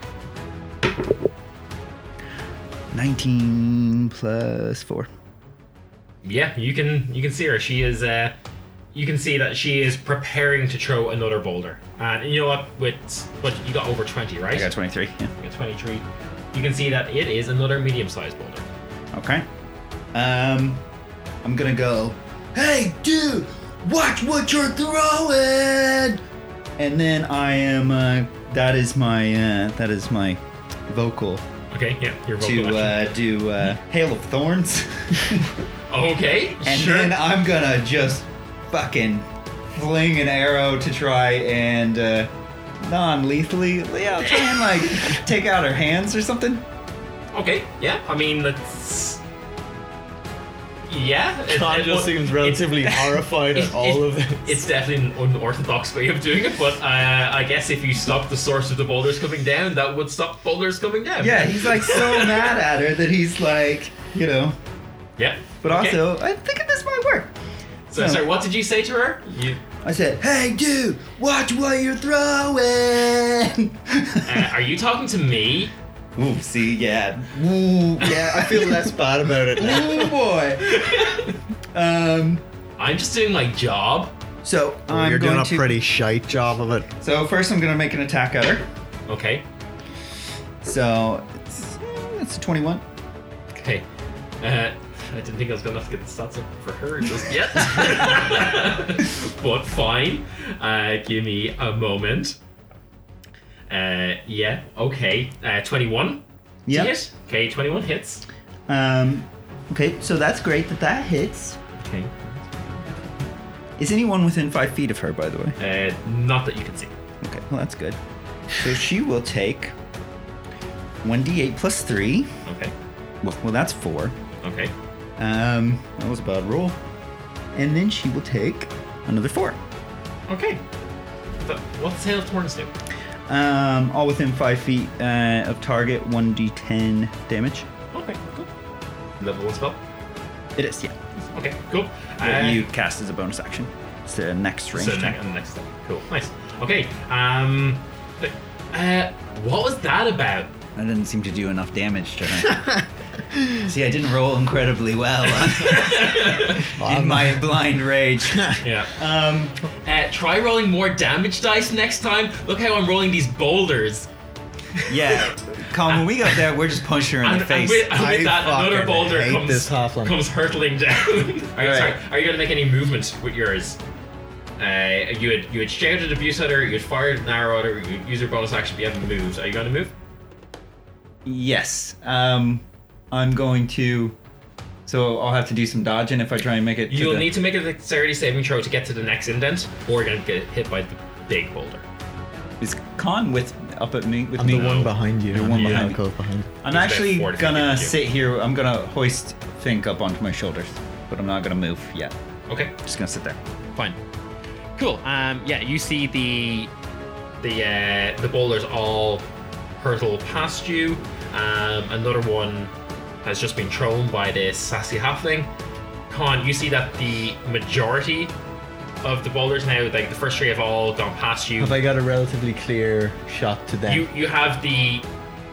19 plus 4.
Yeah, you can you can see her. She is uh you can see that she is preparing to throw another boulder. And you know what with what you got over 20, right?
I got 23. Yeah.
You got 23. You can see that it is another medium-sized boulder.
Okay. Um, I'm gonna go. Hey, dude, watch what you're throwing. And then I am. Uh, that is my. Uh, that is my vocal
Okay, yeah, your vocal action.
to uh, do uh, hail of thorns.
Okay,
And
sure.
then uh, I'm gonna just fucking fling an arrow to try and uh, non-lethally, yeah, try and like take out her hands or something.
okay, yeah. I mean that's yeah, it-
John
it-
just seems
it-
relatively horrified at all of it.
It's definitely an unorthodox way of doing it, but uh, I guess if you stop the source of the boulders coming down, that would stop boulders coming down.
Yeah, he's like so mad at her that he's like, you know.
Yeah.
But
Okay.
also, I'm thinking this might work.
So
No.
sorry, what did you say to her? You,
I said, "Hey, dude, watch what you're throwing."
uh, are you talking to me?
Ooh, see, yeah, ooh, yeah, I feel less
Bad
bad.
about it. now.
Ooh, boy. Um,
I'm just doing my job.
so I'm
You're
going
doing a
to.
pretty shite job of it.
So first, I'm gonna make an attack at her.
Okay.
So it's, eh, it's a 21.
Okay. Uh, I didn't think I was gonna have to get the stats up for her just yet. but fine. Uh, give me a moment. Uh, yeah. Okay. Uh, twenty-one.
Yep.
Yes. Okay. Twenty-one hits.
Um, okay, so that's great that that hits.
Okay.
Is anyone within five feet of her, by the way?
Uh, not that you can see.
Okay, well that's good. So she will take 1d8 plus three.
Okay.
Well, well that's four.
Okay.
Um, that was a bad roll. And then she will take another four.
Okay. So, what's Hail of Thorns do?
Um, all within five feet uh, of target, 1d10 damage.
Okay. Cool. Level one spell.
It is, yeah.
Okay, cool.
That
Uh,
you cast as a bonus action. It's the next range.
so ne- uh,
attack.
next, step. Cool, nice. Okay, um, uh, what was that about?
I didn't seem to do enough damage to her. See, I didn't roll incredibly well in my blind rage.
Yeah.
Um,
Uh, try rolling more damage dice next time. Look how I'm rolling these boulders.
yeah, Colin, when we got there, we're just punching her in
And,
the
and
face.
with, and with
I
that, another
fucking
boulder
hate
comes,
this halfling.
comes hurtling down. are, you,
Alright.
sorry, are you going to make any movement with yours? Uh, you had you had shouted abuse at her, you had fired an arrow at her, you used your bonus action, but you haven't moved. Are you going to move?
Yes. Um, I'm going to. So I'll have to do some dodging if I try and make it. to
You'll
the-
need to make a dexterity saving throw to get to the next indent, or you're going to get hit by the big boulder.
Is Con with up at me with
I'm
me?
the one behind you.
You're
I'm
one
the
behind
one goes behind.
I'm
He's about
actually
four to
gonna
fifty feet.
sit here. I'm gonna hoist Fink up onto my shoulders, but I'm not gonna move yet.
Okay.
Just gonna sit there.
Fine. Cool. Um, yeah, you see the the uh, the boulders all hurtle past you. Um, another one has just been thrown by this sassy halfling. Con, you see that the majority of the boulders now, like the first three, have all gone past you.
Have I got a relatively clear shot to them?
You you have the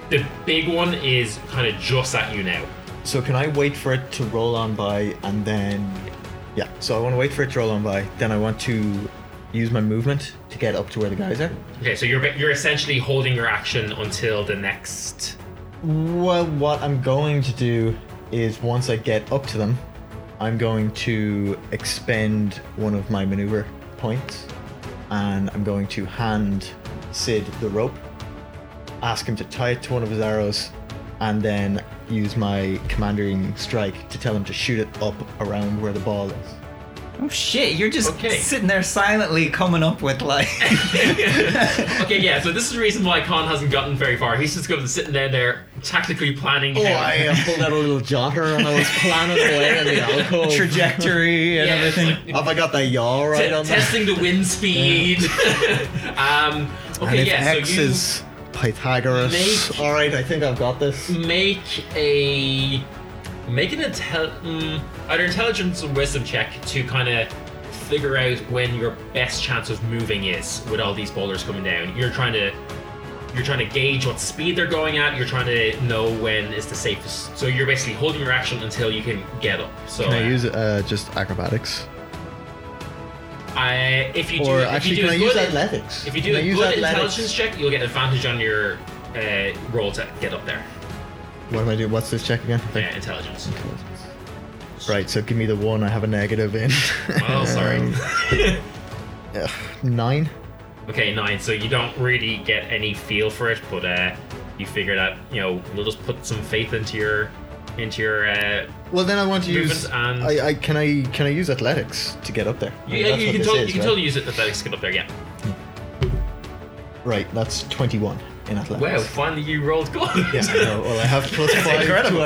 the big one is kind of just at you now.
so can I wait for it to roll on by and then? Yeah. So I want to wait for it to roll on by. Then I want to use my movement to get up to where the guys are.
Okay, so you're ba- you're essentially holding your action until the next.
Well, what I'm going to do is once I get up to them, I'm going to expend one of my maneuver points, and I'm going to hand Sid the rope, ask him to tie it to one of his arrows, and then use my commanding strike to tell him to shoot it up around where the ball is.
Oh shit! You're just
Okay.
sitting there silently coming up with like.
okay, yeah, so this is the reason why Khan hasn't gotten very far. He's just going sitting there, there, tactically planning.
Oh,
how-
I uh, pulled out a little jotter and I was planning away in the alcove.
trajectory and
Yeah, it's
everything.
like-
Have I got the yaw
T-
right on that?
testing the wind speed. um,
and
okay,
if
yeah,
X
so you
is Pythagoras.
make-
All right, I think I've got this.
make a make an intel mm, either intelligence or wisdom check to kind of figure out when your best chance of moving is with all these boulders coming down. You're trying to you're trying to gauge what speed they're going at. You're trying to know when is the safest. So you're basically holding your action until you can get up. So
Can I
uh,
use uh, just acrobatics?
I- if you do,
Or
if
actually,
you do
can I
a
use
good-
athletics?
If you do
Can I
a
use
good
athletics?
intelligence check, you'll get advantage on your uh, roll to get up there.
What am I doing? What's this check again?
Yeah, intelligence.
Right, so give me the one I have a negative in.
Oh, sorry.
Um, ugh, nine?
Okay, nine. So you don't really get any feel for it, but uh, you figure that you know we'll just put some faith into your into your. Uh,
Well, then I want to use.
Movement and-
I, I can I can I use athletics to get up there? I mean,
yeah,
that's
you
what
can,
this
totally,
is,
you can
right?
totally use it. Athletics get up there. Yeah.
Right, that's twenty-one in
Wow!
athletics.
Finally, you rolled good.
Yeah, I know. Well, I have plus five
incredible.
to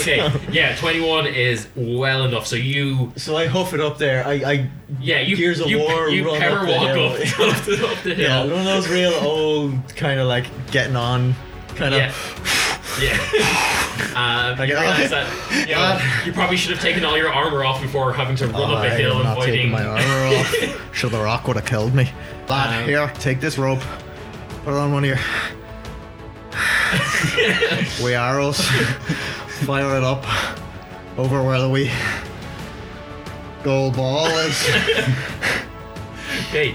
okay. Yeah, twenty-one is well enough. So you.
So I hoof it up there. I, I
Yeah, you.
Gears of
you,
War
You
run
power
up the
walk
hill.
up, up, the, up the hill.
yeah, one of those real old kind of like getting on kind of.
Yeah. Yeah. um,
Like,
you
oh.
realize that you, know,
Ah.
you probably should have taken all your armor off before having to run up a
oh, I
hill
am
and
not taking
avoiding.
my armor off. Sure, the rock would have killed me. Lad,
Um,
here, take this rope. Put it on one of your. we arrows. Fire it up over where the wee goal ball is.
Okay,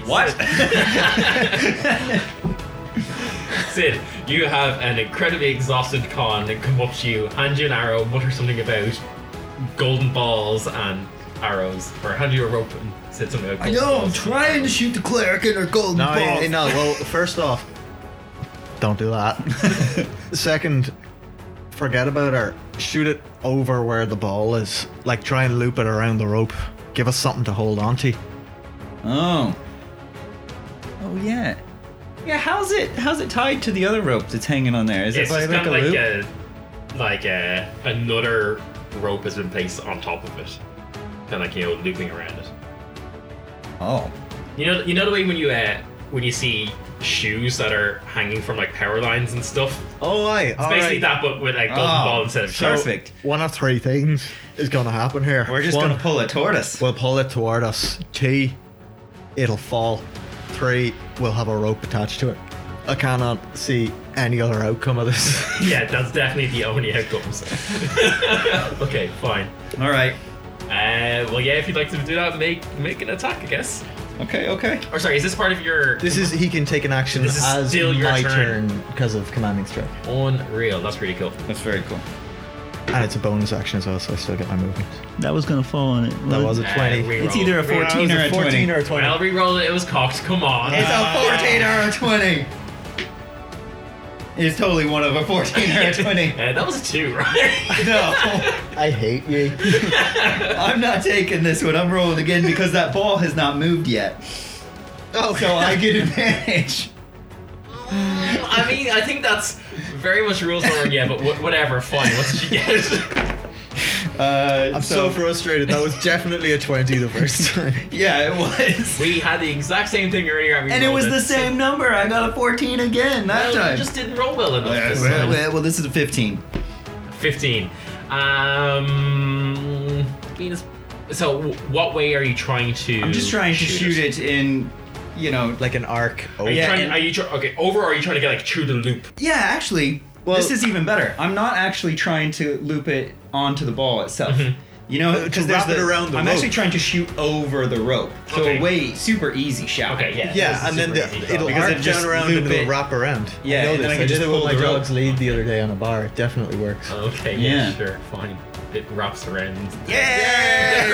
Sid, you have an incredibly exhausted con that come up to you, hand you an arrow, mutter something about golden balls and arrows, or hand you a rope and said something about. golden balls.
to shoot the cleric in her golden
No, I- no. Well, first off, don't do that. Second, forget about her. Shoot it over where the ball is. Like, try and loop it around the rope. Give us something to hold on to.
Oh. Oh yeah. Yeah. How's it? How's it tied to the other rope that's hanging on there? Is
It's
it by
just
like
kind
a
of like
loop?
a, like a, another rope has been placed on top of it, kind of like you know looping around it.
Oh.
You know, you know the way when you uh, when you see shoes that are hanging from like power lines and stuff.
Oh, aye.
It's basically that, but with like golden
Oh,
ball instead of
so-
shoes.
Perfect.
One of three things is going to happen here.
We're just
One,
gonna pull a tortoise.
We'll pull it toward us. Two, it'll fall. Three, we'll have a rope attached to it. I cannot see any other outcome of this.
Yeah, that's definitely the only outcomes. okay, fine.
All right.
Uh, well, yeah, if you'd like to do that, make make an attack, I guess.
Okay. Okay.
Or sorry, is this part of your
This is he can take an action
This is
as
still your
my
turn.
turn because of commanding strike,
unreal? That's pretty cool.
That's very cool.
and it's a bonus action as well, so I still get my movement.
That was gonna fall on it.
That was a
Uh,
twenty.
reroll.
It's either a
Reroll.
fourteen or a twenty.
or a twenty.
Well, reroll it. It was cocked. Come on. Uh,
It's a
Ah.
fourteen or a twenty. It's totally one of a fourteen or a twenty.
Uh, that was a two, right?
No.
I hate you.
I'm not taking this one. I'm rolling again because that ball has not moved yet. Oh, so I get advantage.
I mean, I think that's very much rules over. Yeah, but wh- whatever. Fine. What did she get?
Uh,
I'm so, frustrated. That was definitely a twenty the first time.
yeah, it was.
we had the exact same thing earlier, and, we
And it
rolled
was the same number. I got a 14 again that
Well, you
time.
just didn't roll well enough.
well,
this
well,
time.
well, well, this is a 15.
Fifteen. Um, Venus. So, w- what way are you trying to?
I'm just trying to shoot it in, you know, like.
Like an arc. Oh,
Are you
Yeah,
trying?
and-
Are you try- okay? Over? Or are you trying to get like through the loop?
Yeah, actually,
Well-
Mm-hmm.
this is even better. I'm not actually trying to loop it onto the ball itself. You know,
To
'cause there's
wrap it
the-
around the
I'm
rope.
actually trying to shoot over the rope, so
Okay.
way super easy shot.
Okay, yeah.
Yeah,
this is
and then
super
the-
easy.
it'll
Because
arc
it
down
just
around
loop
and it'll
it.
wrap around.
Yeah,
I know
and then
this.
I can
did
just
it with
pull
my
the rope.
dog.
Dog's lead the other day on a bar. It definitely works.
Okay, yeah,
Yeah.
sure, fine. It wraps around.
Yeah!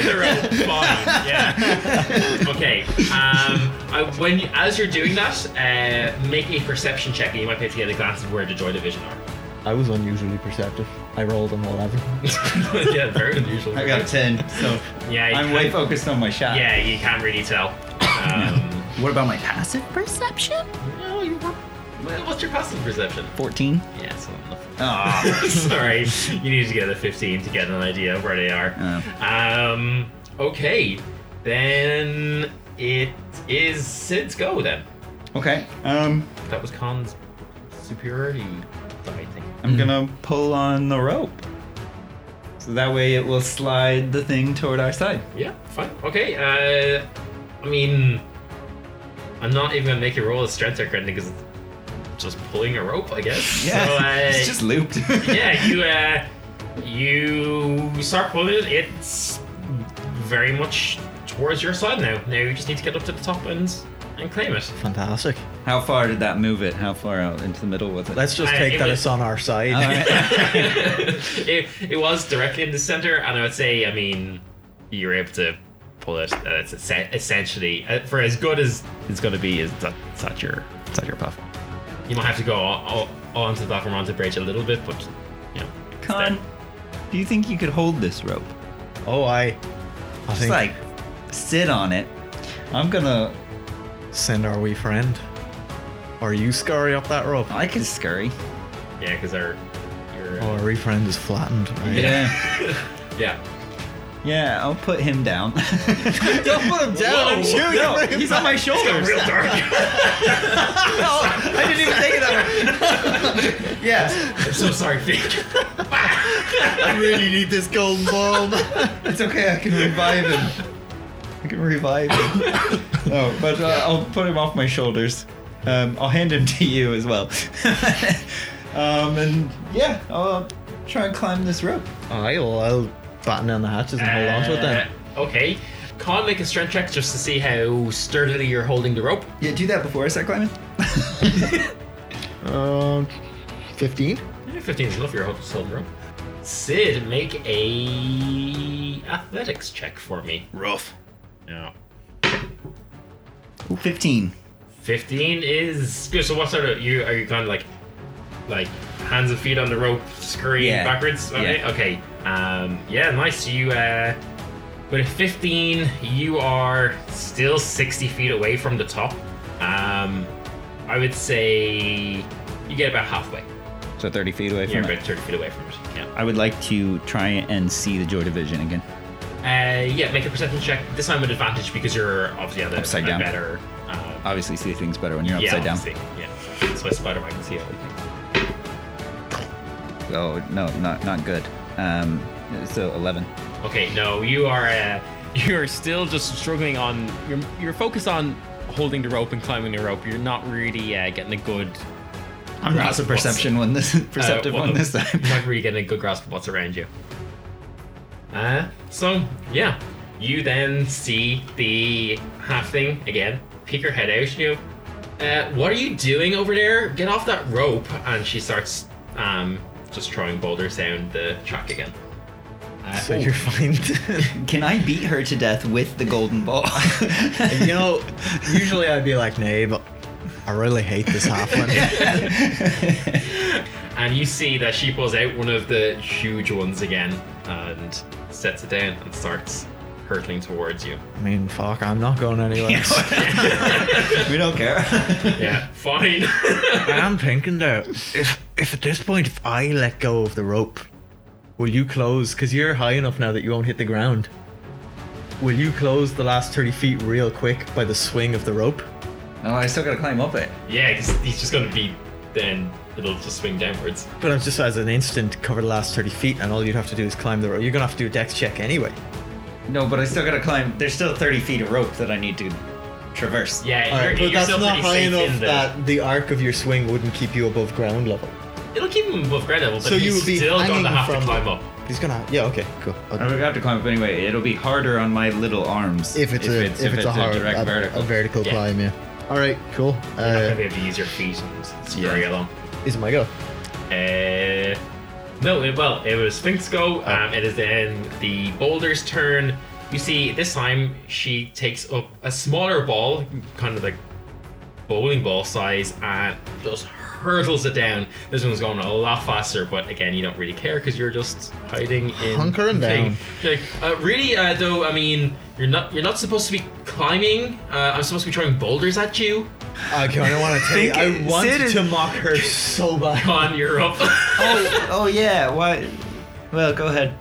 They're all fine, yeah. Okay. Um, I, when you- as you're doing that, uh, make a perception check, and you might be able to get a glance of where the joy division are.
I was unusually perceptive. I rolled an 11.
yeah, very unusual.
I got ten, so
Yeah, you
I'm
can't-
way focused on my shot.
Yeah, you can't really tell. Um,
What about my passive perception?
no, you were- well, What's your passive perception?
Fourteen.
Yeah, it's not enough.
Ah.
Sorry, you need to get a 15 to get an idea of where they are.
Uh,
Um, okay, then it is Sid's go then.
okay. Um,
That was Khan's superiority die thing.
Hmm.
I'm gonna pull on the rope, so that way it will slide the thing toward our side.
Yeah, fine. Okay, uh, I mean, I'm not even gonna make you roll a strength check or anything because it's just pulling a rope, I guess.
Yeah,
So, uh,
it's just looped.
yeah, you uh, you start pulling it. It's very much towards your side now. Now you just need to get up to the top and and claim it.
Fantastic.
How far did that move it? How far out into the middle was it?
Let's just
I-
take
it
that
was-
it's on our side.
All right.
it, it was directly in the center, and I would say, I mean, you were able to pull it. Uh, it's essen- essentially uh, for as good as it's going to be. Is that it's not your it's not your platform? You might have to go o- o- onto the platform onto the bridge a little bit, but you know, it's
Con,
there.
do you think you could hold this rope?
Oh, I. I
Just
think
like sit on it. I'm gonna.
send our wee friend. Or you scurry up that rope.
I can scurry.
yeah, because our your
Oh,
uh,
our wee friend is flattened. Right?
Yeah.
yeah.
Yeah, I'll put him down.
Don't put him down. I'm
Whoa,
shooting
no,
him.
he's on my shoulders. Oh,
Real dark.
I didn't even think of that. yeah,
I'm so sorry, Fink.
I really need this golden ball.
it's okay. I can revive him. I can revive him. oh, but uh, I'll put him off my shoulders. Um, I'll hand him to you as well. um, and yeah, I'll try and climb this rope.
Alright, well, I'll batten down the hatches and hold on to it then.
Uh, Okay. Con make a strength check just to see how sturdily you're holding the rope.
Yeah, do that before I start climbing.
Um, 15?
Yeah, 15 is enough for your hope sold room. Sid, make a athletics check for me.
Rough.
No.
Fifteen.
15 is good. So what sort of you are you kind of like like hands and feet on the rope, scurrying
Yeah.
backwards? Okay.
Yeah.
Okay. Um yeah, nice. You uh but at 15, you are still 60 feet away from the top. Um I would say you get about halfway.
So thirty feet away
You're
from it.
about 30 feet away from it. Yeah.
I would like to try and see the Joy Division again.
Uh, yeah, make a perception check. This time with advantage because you're obviously on the
Upside
a
down.
better. Uh,
Obviously, see things better when you're
yeah,
upside down.
obviously, Yeah, so Spider-Man can see everything.
Oh no, not not good. Um, so eleven.
Okay, no, you are. Uh,
You're still just struggling on. You're you're focused on holding the rope and climbing the rope. You're not really uh, getting a good.
I'm not a perception one this perceptive
uh,
one this time.
You're not really getting a good grasp of what's around you. Uh, so yeah, you then see the half thing again. Peek her head out. And you, uh, what are you doing over there? Get off that rope! And she starts um, just throwing boulders down the track again. Uh,
So you're fine.
Can I beat her to death with the golden ball?
you know, usually I'd be like, nay, but I really hate this half one.
And you see that she pulls out one of the huge ones again and sets it down and starts hurtling towards you.
I mean, fuck, I'm not going anywhere.
we don't care.
Yeah, fine.
I am thinking though, if if at this point if I let go of the rope, will you close? Because you're high enough now that you won't hit the ground. Will you close the last thirty feet real quick by the swing of the rope?
Oh, I still gotta climb up it.
yeah, 'cause he's just going to be then it'll just swing downwards.
But I'm just as an instant cover the last thirty feet, and all you'd have to do is climb the rope. You're gonna have to do a dex check anyway.
No, but I still gotta climb. There's still thirty feet of rope that I need to traverse.
Yeah, you're,
but
you're
that's
still
not
pretty
high
safe
enough
in the,
that the arc of your swing wouldn't keep you above ground level.
It'll keep him above grade level, but
So you
he's
would be
still going
hanging
to have to
from-
climb up.
He's gonna. Yeah. Okay. Cool. I'll-
I would have to climb up anyway. It'll be harder on my little arms.
if it's
if
a
it's-
if,
if
it's a
it's a
hard
direct
a,
vertical.
a vertical
Yeah.
climb. Yeah. All right. Cool.
You're not
Uh,
gonna be able to use your feet and scurry
Yeah.
along.
is it my go?
Uh, no, it, well, it was Sphinx go.
Oh.
Um, it is then the boulder's turn. You see, this time she takes up a smaller ball, kind of like bowling ball size, and just hurtles it down. This one's going a lot faster, but again, you don't really care because you're just hiding in.
Hunkering down.
Like, uh, really, uh, though, I mean, you're not you're not supposed to be climbing. Uh, I'm supposed to be throwing boulders at you.
Okay. I don't want to take. I want
Sid is-
to mock her so bad.
Con, you're up.
oh, oh yeah. Why? Well, go ahead.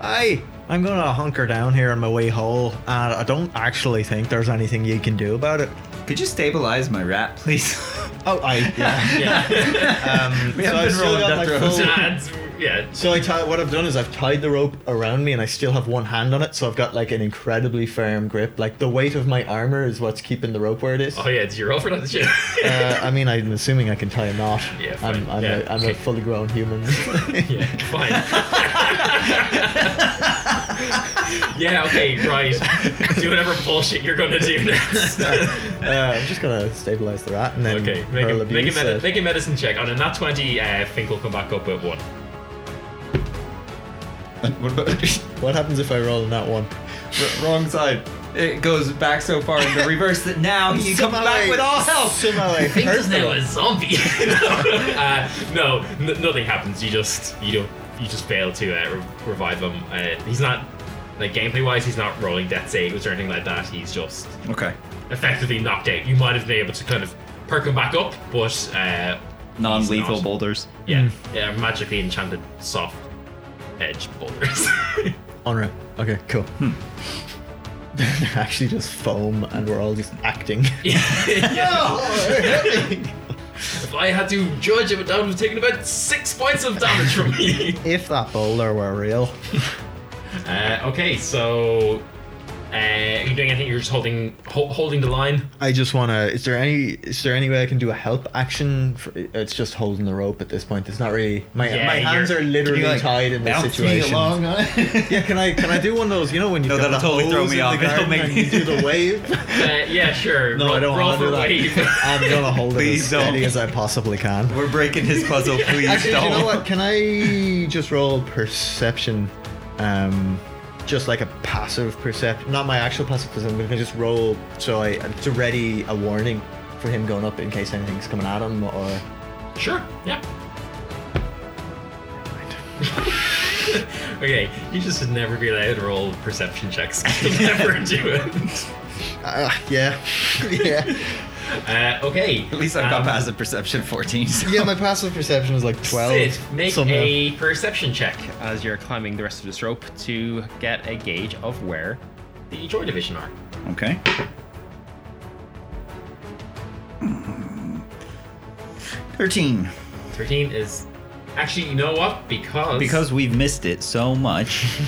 I I'm gonna hunker down here on my way home, and I don't actually think there's anything you can do about it.
Could you stabilize my rat, please?
Oh, I yeah.
yeah.
Um,
We
so
haven't
I've
been
still
rolling
got
death
my
throes.
full-
That's- yeah.
So I tie, what I've done is I've tied the rope around me, and I still have one hand on it. So I've got like an incredibly firm grip. Like the weight of my armor is what's keeping the rope where it is.
Oh yeah, did you roll for that shit?
Uh, I mean, I'm assuming I can tie a knot.
Yeah, fine.
I'm, I'm,
Yeah,
a, I'm
okay.
a fully grown human.
yeah, fine. yeah, okay, right. Do whatever bullshit you're gonna do next.
uh, I'm just gonna stabilize the rat and then
okay, make
hurl
a, make, a
abuse
medi-
at-
make a medicine check. On a nat 20, uh, Fink will come back up at 1.
what about
What happens if I roll in that one?
wrong side? It goes back so far in the reverse that now he comes back with all health.
Somehow I
Fink
hurt
is now
them.
a zombie. uh, no, n- nothing happens. You just you don't you just fail to uh, re- revive him. Uh, he's not like gameplay wise, he's not rolling death saves or anything like that. He's just
Okay.
effectively knocked out. You might have been able to kind of perk him back up, but uh,
Non-lethal
not.
boulders.
yeah,
Hmm.
yeah, magically enchanted soft edge boulders.
On route. Okay, cool. They're actually just foam, and we're all just acting.
if I had to judge it, that would have taken about six points of damage from me.
if that boulder were real,
Uh, okay, so uh, are you doing anything? You're just holding ho- holding the line.
I just wanna. Is there any? Is there any way I can do a help action? For, it's just holding the rope at this point. It's not really. My
Yeah,
my hands
you're-
are literally
you, like,
tied in this
bounce me
situation.
along
yeah, can I can I do one of those? You know when you
No,
got
that'll
the
totally throw
hose in
me
the
off. It'll
garden
make
and
me-
you do the wave.
Uh, yeah, sure.
No,
roll,
I don't
roll
want
for
to do that.
wave.
I'm gonna hold it as
Please don't.
steady as I possibly can.
We're breaking his puzzle. Please
Actually,
don't.
you know what? Can I just roll perception? Um, just like a passive perception, not my actual passive perception, but if I just roll so I to ready a warning for him going up in case anything's coming at him or.
Sure. Yeah. okay, you just should never be allowed to roll perception checks. You never do it.
Uh, yeah, yeah,
Uh, okay. um,
At least I've got passive perception 14. so-
yeah. My passive perception is like twelve.
Sid, make
somehow.
a perception check.
as you're climbing the rest of this rope to get a gauge of where.
The joy division are.
Okay. Thirteen.
13 is. Actually, you know what? Because.
Because we've missed it so much.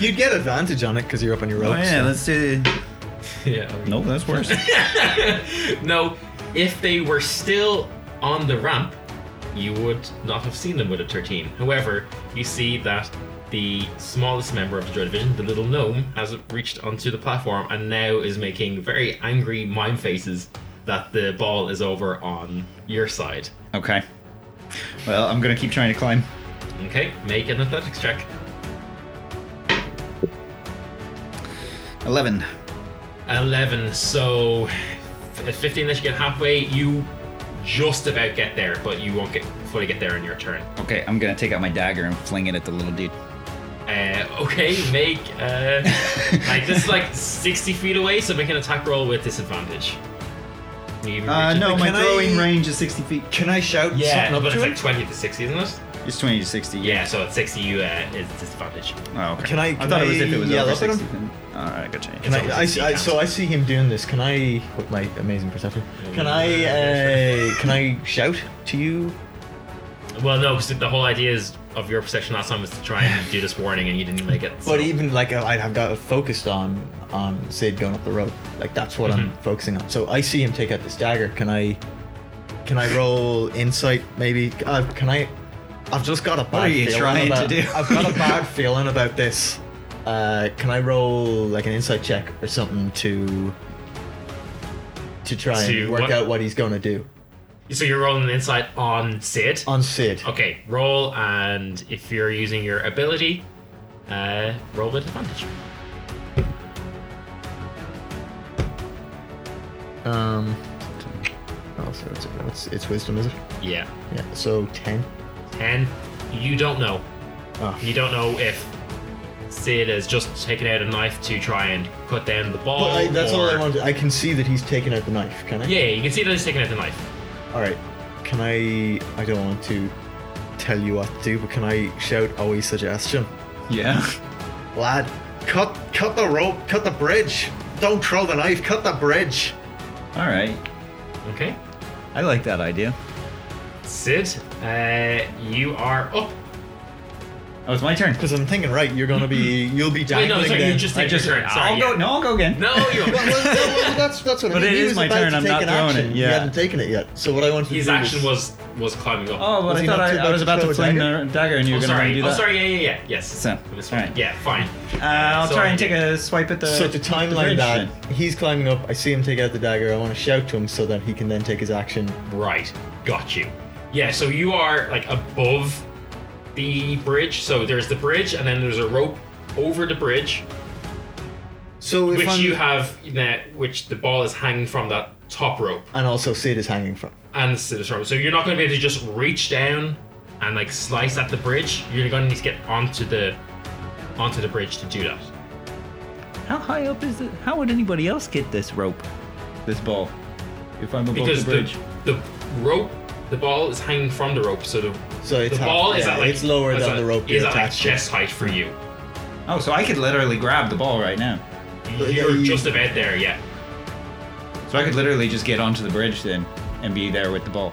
You'd get advantage on it because you're up on your
Oh
ropes.
yeah, let's do.
Yeah.
No, that's worse.
No, if they were still on the ramp, you would not have seen them with a 13. However, you see that the smallest member of the Joy Division, the little gnome, has reached onto the platform and now is making very angry mime faces that the ball is over on your side.
okay. Well, I'm gonna keep trying to climb.
Okay, make an athletics check.
Eleven.
11 so at 15 unless you get halfway you just about get there but you won't get fully get there in your turn
Okay, I'm gonna take out my dagger and fling it at the little dude.
uh, okay make uh, like this is like 60 feet away so make an attack roll with disadvantage You
Uh,
even
Uh,
reach it.
Can I-
range is 60 feet.
Can I shout
yeah
something
but
up
it's
to
like
it?
20 to 60 isn't it
It's 20 to 60.
yeah so at 60 you uh, is disadvantage
Oh, okay.
Can I-
I
can
thought it was
I
if it was
yell
over
up at him?
60. Then. All right, I got you.
Can I,
It's
I,
obviously
I,
counts.
so I see him doing this. Can I, with my amazing perception, can I, uh, can I shout to you?
well no because the whole idea is of your perception last time was to try and do this warning and you didn't make it so-
But even like I- I've got focused on on Sid going up the rope. Like that's what I'm focusing on. So I see him take out this dagger. Can I, can I roll insight? Maybe uh, can I I've just got a bad
are you
feeling
trying to
about,
do?
I've got a bad feeling about this. Uh, can I roll like an insight check or something to to try
To
and work
what-
out what he's gonna do
So you're rolling an insight on Sid.
on Sid?
Okay, roll, and if you're using your ability, uh, roll with advantage.
Um, oh, so it's, it's it's wisdom, is it?
Yeah,
Yeah. So ten.
ten. You don't know.
Oh,
You don't know if Sid has just taken out a knife to try and cut down the ball.
but I, that's all
or-
I want. I can see that he's taking out the knife. Can I?
Yeah, you can see that he's taking out the knife.
All right. Can I? I don't want to tell you what to do, but can I shout Ollie's suggestion?
Yeah.
Lad, cut cut the rope, cut the bridge. Don't throw the knife, cut the bridge.
All right.
Okay.
I like that idea.
Sid, uh, you are up.
Oh, it's my turn.
Because I'm thinking, right, you're gonna be you'll be
Wait,
dangling.
no, sorry, you
then.
just
I
take
just.
your turn. Sorry,
I'll
yeah.
go. No, I'll go again.
No, you're
Well, well, well, well, that's that's what I
But
mean.
it
He
is
was
my
about
turn,
to
I'm
take
not
an
throwing
action.
it,
You
yeah.
haven't taken it yet. So what I wanted
His
to do
action was was climbing up.
Oh, but
Was
I
he
thought
not too
I, I
bad
was
to
about
throw
to
a
fling
dagger?
the dagger, and you
Oh,
were going to
sorry.
do
Oh,
that.
sorry. Oh, Yeah, yeah, yeah. Yes.
So,
This one.
alright.
Yeah, fine.
Uh, I'll
So
try
I-
and take a swipe at the.
so to timeline
bridge
that,
then.
he's climbing up. I see him take out the dagger. I want to shout to him so that he can then take his action.
Right. Got you. Yeah. So you are like above the bridge. So there's the bridge, and then there's a rope over the bridge,
So if
which
I'm,
you have, that which the ball is hanging from that top rope
and also Sid is hanging from.
and to this rope. So you're not going to be able to just reach down and like slice at the bridge. You're going to need to get onto the onto the bridge to do that.
How high up is it? How would anybody else get this rope? This ball. If I'm above
Because
the bridge.
the, the rope, the ball is hanging from the rope, so the
So it's
the
half-
ball is
yeah,
at like
it's lower
is
than
at-
the rope
is
you're
at like
attached to.
chest height for you.
Oh, so I could literally grab the ball right now.
You're
yeah, you-
just about there, yeah.
So I could literally just get onto the bridge then and be there with the ball.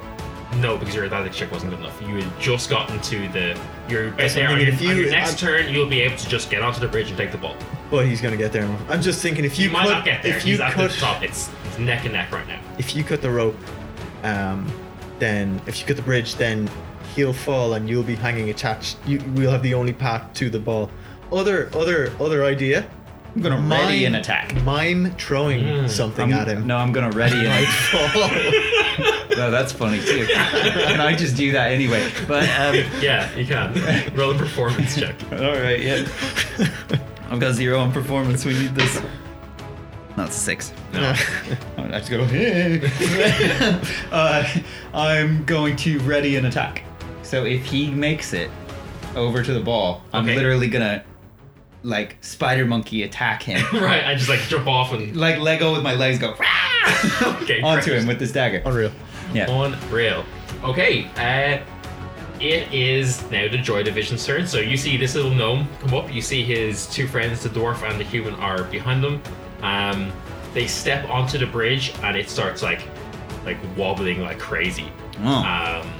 No, because your athletic check wasn't good enough. You had just gotten to the. You're about
That's what
there.
I
On
mean,
your,
if
on
you-
your next
I-
turn, you'll be able to just get onto the bridge and take the ball.
But he's gonna get there. in one- I'm just thinking if you,
You, might
cut,
not get there.
if you
He's at
cut,
the top. It's, it's neck and neck right now.
if you cut the rope, um, then if you cut the bridge, then he'll fall and you'll be hanging attached. You will have the only path to the ball. Other, other, other idea.
I'm gonna ready
Mime-
an attack.
Mime throwing
Hmm.
something
I'm-
at him.
No, I'm gonna ready an attack.
Fall.
no, that's funny too. and I just do that anyway. But um,
Yeah, you can. Roll a performance check.
all right, yeah. I've got zero on performance. We need this. That's a six.
No.
I have to go. uh, I'm going to ready an attack. So if he makes it over to the ball, I'm
Okay.
literally gonna like spider monkey attack him.
right, I just like jump off and.
like Lego with my legs go
Okay,
onto
great.
him with this dagger.
Oh.
Unreal.
Yeah.
Unreal. Okay, uh, it is now the Joy Division's turn. So you see this little gnome come up. You see his two friends, the dwarf and the human, are behind them. Um, they step onto the bridge and it starts like, like wobbling like crazy.
Oh.
Um,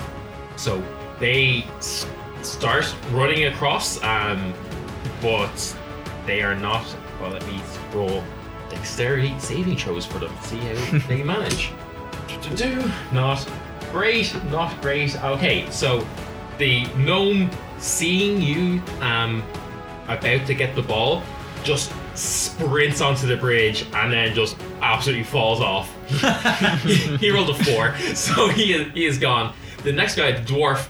so they s- start running across, um, but they are not. Well, let me roll dexterity saving throws for them. See how they manage. Do-do-do. Not great. Not great. Okay, so the gnome seeing you um, about to get the ball just sprints onto the bridge and then just absolutely falls off. Ah. he rolled a four, so he is, he is gone. The next guy, the dwarf,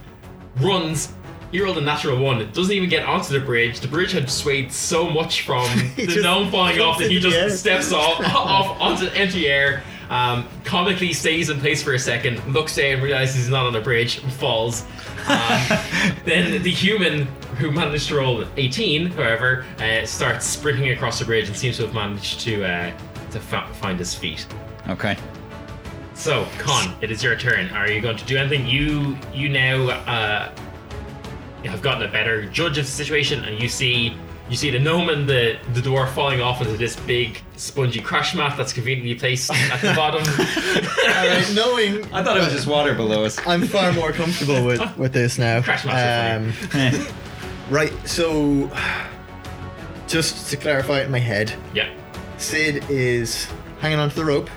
runs. He rolled a natural one. It doesn't even get onto the bridge. The bridge had swayed so much from
He
the
just
gnome falling off that
jumps
he
into the air.
just steps off, off onto empty air. Um, comically stays in place for a second, looks down, realizes he's not on the bridge, and falls. Um, then the human who managed to roll 18, however, uh, starts sprinting across the bridge and seems to have managed to uh, to fa- find his feet.
Okay.
So, Con, it is your turn. Are you going to do anything? You you now uh, have gotten a better judge of the situation, and you see you see the gnome and the, the dwarf falling off into this big spongy crash mat that's conveniently placed at the bottom.
All right, knowing
I thought it was just water below us.
I'm far more comfortable with with this now.
Crash Master
Um, right. So, just to clarify it in my head,
yeah.
Sid is hanging onto the rope,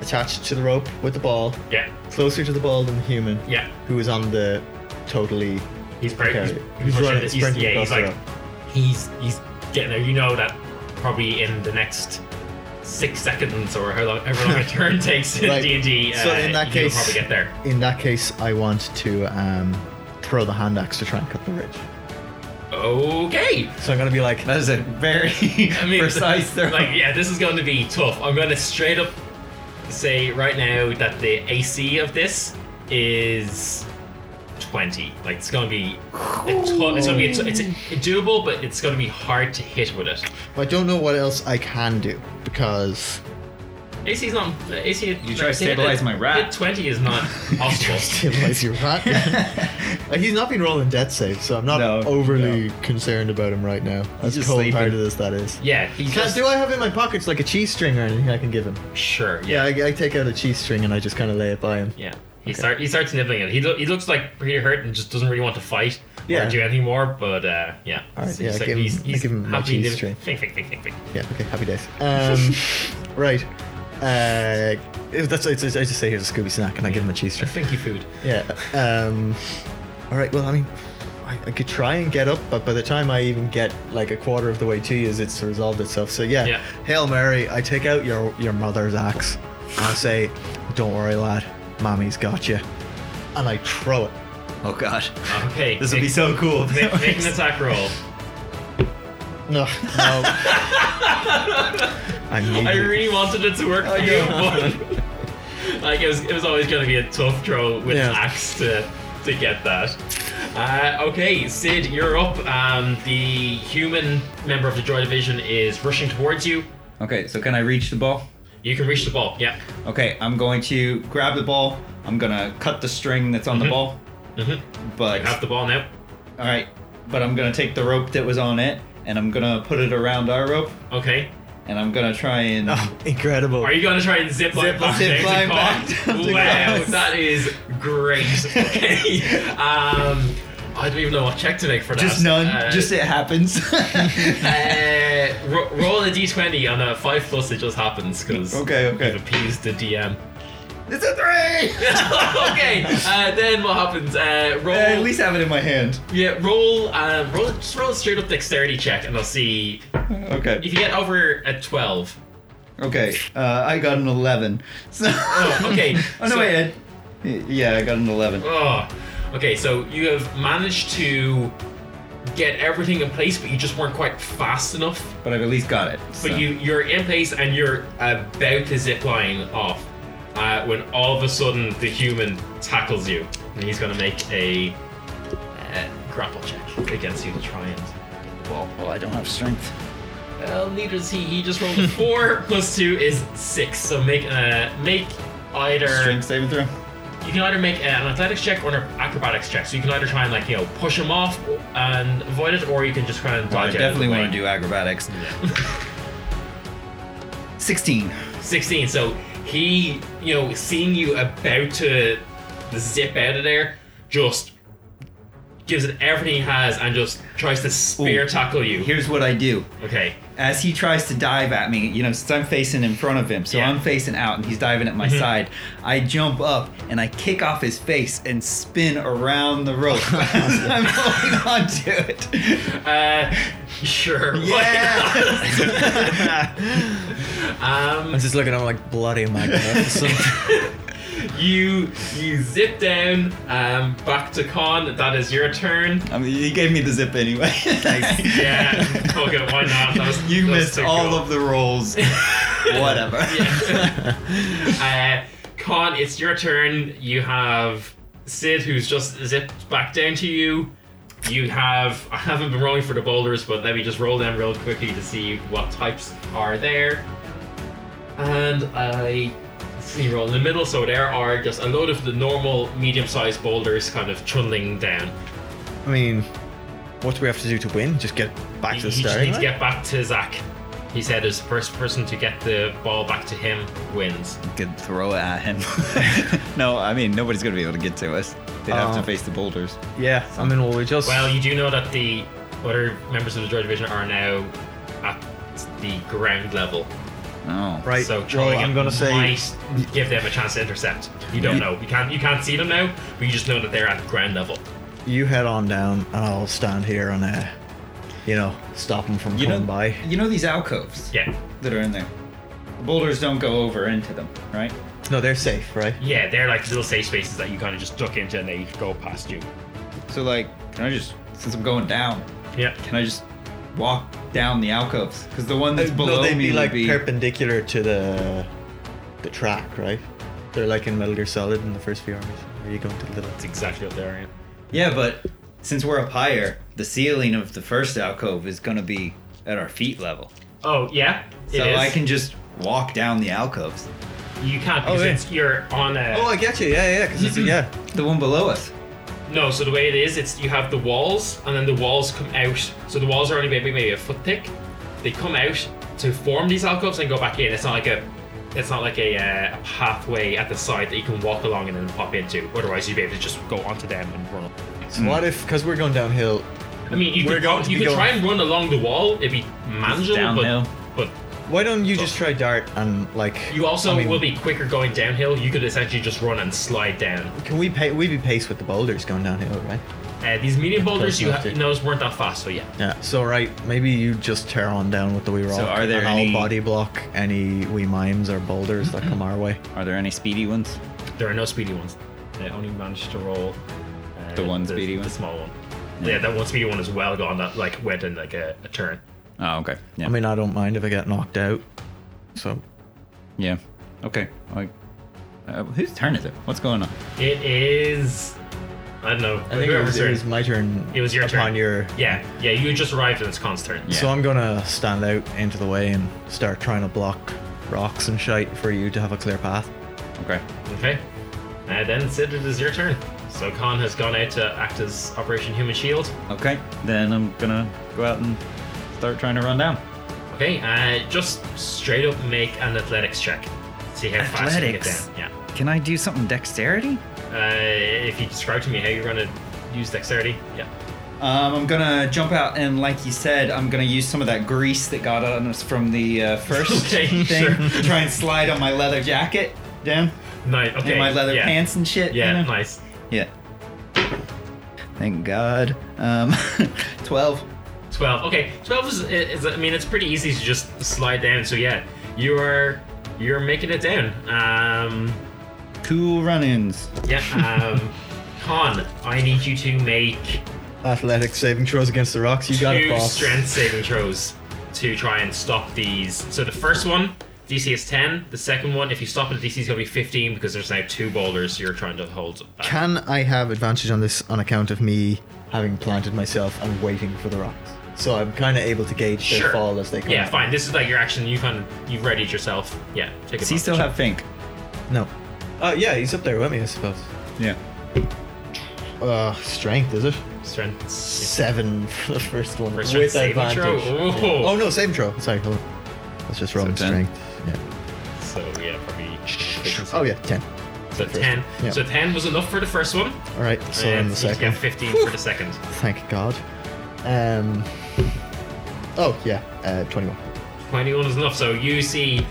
attached to the rope with the ball,
Mm-hmm. Yeah.
closer to the ball than the human,
Yeah.
who is on the totally
He's pretty.
Okay.
He's,
He's
pushing
running-
it.
sprinting
He's- yeah, he's
across
like, he's he's getting there. You know that probably in the next six seconds or how long, however long a turn takes in
Right.
D and D, uh,
So in that
you'll
case-
probably get there.
In that case, I want to um, throw the hand axe to try and cut the ridge.
Okay.
So I'm gonna be like,
That was a very
I mean,
precise throw.
Like, yeah, this is going to be tough. I'm going to straight up say right now that the AC of this is 20. Like, it's going to be a ton. It's going to be a ton- it's doable, but it's going to be hard to hit with it.
I don't know what else I can do because
AC's not. AC. You
try to stabilize my rat.
Hit 20 is not possible.
Stabilize your rat. Like, Uh, he's not been rolling death saves, so I'm not
No,
overly concerned about him right now. As
just
cold
sleeping.
hearted as that is.
yeah, he's
Can,
just,
do I have in my pockets like a cheese string or anything I can give him?
sure. Yeah.
Yeah, I, I take out a cheese string and I just kind of lay it by him.
Yeah. He, start, he starts nibbling it. He, lo- he looks like pretty hurt and just doesn't really want to fight
Yeah.
or do anything more, but uh, yeah.
All right,
He's- he's
yeah, I
like-
give him-
he's-
I
he's
give him my
happy
cheese
nibbling-
string.
Think, think, think, think, think.
Yeah, okay, happy days. Um, right. Uh, if that's, I just I just say here's a Scooby snack and I give him a cheese string.
Finky food.
Yeah. Um, all right. Well, I mean, I, I could try and get up, but by the time I even get like a quarter of the way to you, is it's resolved itself. So yeah,
Yeah.
Hail Mary. I take out your your mother's axe. And I say, "Don't worry, lad. Mommy's got you." And I throw it.
oh god,
Okay.
this would be
Uh, make-
so cool.
Make, make an attack roll.
No, no. I need
I
it.
really wanted it to work for you, but like it was, it was always going to be a tough throw with
Yeah.
an axe to to get that. Uh, okay, Sid, you're up. Um, the human member of the Joy Division is rushing towards you.
Okay, so can I reach the ball?
You can reach the ball. Yeah.
Okay, I'm going to grab the ball. I'm gonna cut the string that's on the ball.
Mhm.
But
You have the ball now.
all right, but I'm gonna take the rope that was on it, and I'm gonna put it around our rope,
Okay.
and I'm gonna try and.
Oh, incredible.
Are you going to try and zip line
Zip-
back down
zip
to
line
Cork?
back down to
Wow,
Cork.
that is great. Okay. um, I don't even know what check to make for that.
Just none.
Uh,
just it happens.
uh, ro- roll a d20 on a 5 uh, plus it just happens because
Okay, okay.
you've appeased the DM.
it's a three.
okay, uh, then what happens? Uh, roll,
Uh, at least I have it in my hand.
yeah, roll, uh, roll, just roll a straight up dexterity check, and I'll see
Okay.
if you get over a twelve.
Okay. Uh, I got an eleven. So.
Oh, okay.
oh no,
so-
wait. I- Yeah, I got an eleven.
Oh, okay. So you have managed to get everything in place, but you just weren't quite fast enough.
But I've at least got it.
But you you're in place and you're about to zip line off uh, when all of a sudden the human tackles you and he's gonna make a uh, grapple check against you to try and. get the ball.
Well, I don't have strength.
Well, neither does he. He just rolled a four plus two is six. So make uh make either
Strength saving throw.
you can either make an athletics check or an acrobatics check. So you can either try and like you know push him off and avoid it, or you can just try and
Well, I
dodge it.
definitely want to do acrobatics. Sixteen.
Sixteen. So he, you know, seeing you about to zip out of there, just gives it everything he has and just tries to spear
Ooh.
tackle you.
Here's what I do.
Okay.
As he tries to dive at me, you know, since I'm facing in front of him, so
Yeah. Mm-hmm.
I'm facing out and he's diving at my side, I jump up and I kick off his face and spin around the rope. I'm holding on to it.
Uh, sure. why not? um.
I'm just looking at him like bloody magnificent.
You you zip down um, back to Con. That is your turn.
I mean, he gave me the zip anyway.
Yeah, fuck it, why not? That was-
you
that was
missed
too
all
cool.
of the rolls. Whatever.
uh, Con, it's your turn. You have Sid, who's just zipped back down to you. You have I haven't been rolling for the boulders, but let me just roll them real quickly to see what types are there. And I see roll in the middle, so there are just a load of the normal medium-sized boulders kind of trundling down.
I mean, what do we have to do to win? Just get back
You
to the
you just
starting
need
line?
to get back to Zach. He said as the first person to get the ball back to him wins.
Could throw it at him. no, I mean, nobody's going to be able to get to us. They'd have
Uh,
Oh.
to face the boulders.
Yeah, I mean, well, we just.
Well, you do know that the other members of the Joy Division are now at the ground level.
No.
right.
So
well,
Charlie
I'm gonna say.
might give them a chance to intercept. You don't know. You can't you can't see them now, but you just know that they're at ground level.
you head on down, and I'll stand here and, uh, you know, stop him from
You know,
coming by.
you know these alcoves
Yeah.
that are in there. The boulders don't go over into them, right?
No, they're safe, right?
Yeah, they're like little safe spaces that you kind of just duck into and they go past you.
So like, can I just since I'm going down,
Yeah.
can I just walk down the alcoves? Because the one that's below
Uh, no, they'd
me
be
would
like
be
perpendicular to the the track, right? They're like in Metal Gear Solid in the first few hours. Are you going to the little?
That's exactly what they're in.
yeah, but since we're up higher, the ceiling of the first alcove is gonna be at our feet level.
Oh, yeah. it
So
is.
I can just walk down the alcoves.
You can't because
Oh, yeah. Oh,
it's, you're on a.
I get you. Yeah, yeah, because it's yeah.
The one below us.
No, so the way it is, it's you have the walls, and then the walls come out. So the walls are only maybe maybe a foot thick. They come out to form these alcoves and go back in. It's not like a, it's not like a, uh, a pathway at the side that you can walk along and then pop into. Otherwise, you'd be able to just go onto them and run. up.
So what if? Because we're going downhill.
I mean, you
We're
could
going
go-
to
you
be
could
going-
try and run along the wall. It'd be manageable,
downhill.
but
Why don't you just try dart and like?
but you also
I mean,
will be quicker going downhill. You could essentially just run and slide down.
Can we pay? We be pace with the boulders going downhill, right?
Uh, these medium
That's
boulders,
close
you
enough
ha-
to-
those weren't that fast, so yeah.
Yeah. So right, maybe you just tear on down with the wee rock.
are there
and
any-
I'll body block any wee mimes or boulders that come our way?
Are there any speedy ones?
There are no speedy ones. I only managed to roll uh,
The one speedy
the
one?
small one. Yeah. that one speedy one is well gone. That like went in like a, a turn.
Oh, okay. Yeah.
I mean, I don't mind if I get knocked out. So
yeah. Okay. Like, uh, whose turn is it? What's going on?
It is. I don't know.
I think it
whoever's
was, it
turn.
was my turn.
It was your
upon
turn.
your
Yeah, yeah. You just arrived and it's Con's turn.
Yeah.
So I'm gonna stand out into the way and start trying to block rocks and shite for you to have a clear path.
Okay.
Okay. And then Sid, it is your turn. So Con has gone out to act as Operation Human Shield.
Okay. Then I'm gonna go out and start trying to run down.
Okay. Uh, just straight up make an athletics check. See how fast you can get
Athletics?
down. Yeah.
Can I do something dexterity?
Uh, if you describe to me how you're gonna use dexterity, yeah.
Um, I'm gonna jump out and, like you said, I'm gonna use some of that grease that got on us from the uh, first
Okay,
thing
sure.
to try and slide on my leather jacket down
Nice. Okay.
and my leather
yeah.
pants and shit. you
Yeah.
know?
Nice.
Yeah. Thank God. Um, Twelve.
12 okay 12 is, is i mean it's pretty easy to just slide down so yeah you are you're making it down um
Cool run-ins.
yeah um con i need you to make
Athletic saving throws against the rocks. You got it,
two
boss.
strength saving throws to try and stop these so the first one dc is 10 the second one if you stop it dc is going to be 15 because there's now two boulders you're trying to hold back.
Can I have advantage on this on account of me having planted myself and waiting for the rocks? So I'm kind of able to gauge their
Sure.
fall as they come.
yeah
at
fine this is like your action you kind of you've readied yourself yeah take
Does he still
advantage.
have Fink?
me. No. Uh, yeah, he's up there with me, I suppose.
Yeah.
Uh, strength is it?
strength
Seven for the first one
First
with
strength saving
advantage.
throw.
Yeah.
Ooh.
Oh no, saving throw. Sorry, hold on. Let's just roll
So
in
10.
strength. Yeah.
so yeah probably
Oh yeah, ten.
So ten.
Yeah.
So ten was enough for the first one.
All right.
Oh,
So
and
in the
you get
second.
fifteen for the second.
Thank God. Um. Oh yeah, uh, twenty-one.
Twenty-one is enough. So you see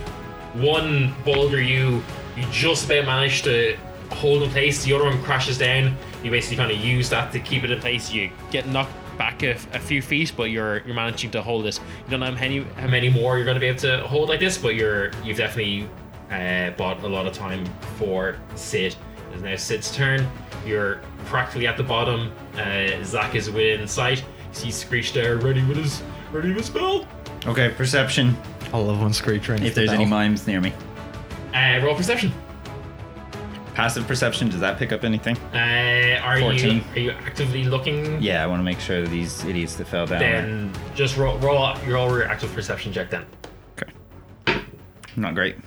one boulder, you you just about manage to hold in place. The other one crashes down. You basically kind of use that to keep it in place. You
Get knocked back a, a few feet, but you're you're managing to hold it. You don't know how many how
how
many
many more you're going to be able to hold like this, but you're you've definitely uh, bought a lot of time for Sid. It's now Sid's turn. You're practically at the bottom. Uh, Zach is within sight. He screeched there, ready with his ready with his spell.
Okay. Perception.
I love when Screech rings.
If
the
there's any
bell.
mimes near me.
Uh, roll perception.
Passive perception. Does that pick up anything?
Uh, are
14.
you are you actively looking?
Yeah. I want to make sure that these idiots that fell down. are-
Then just roll roll your all your active perception check then.
Okay. Not great.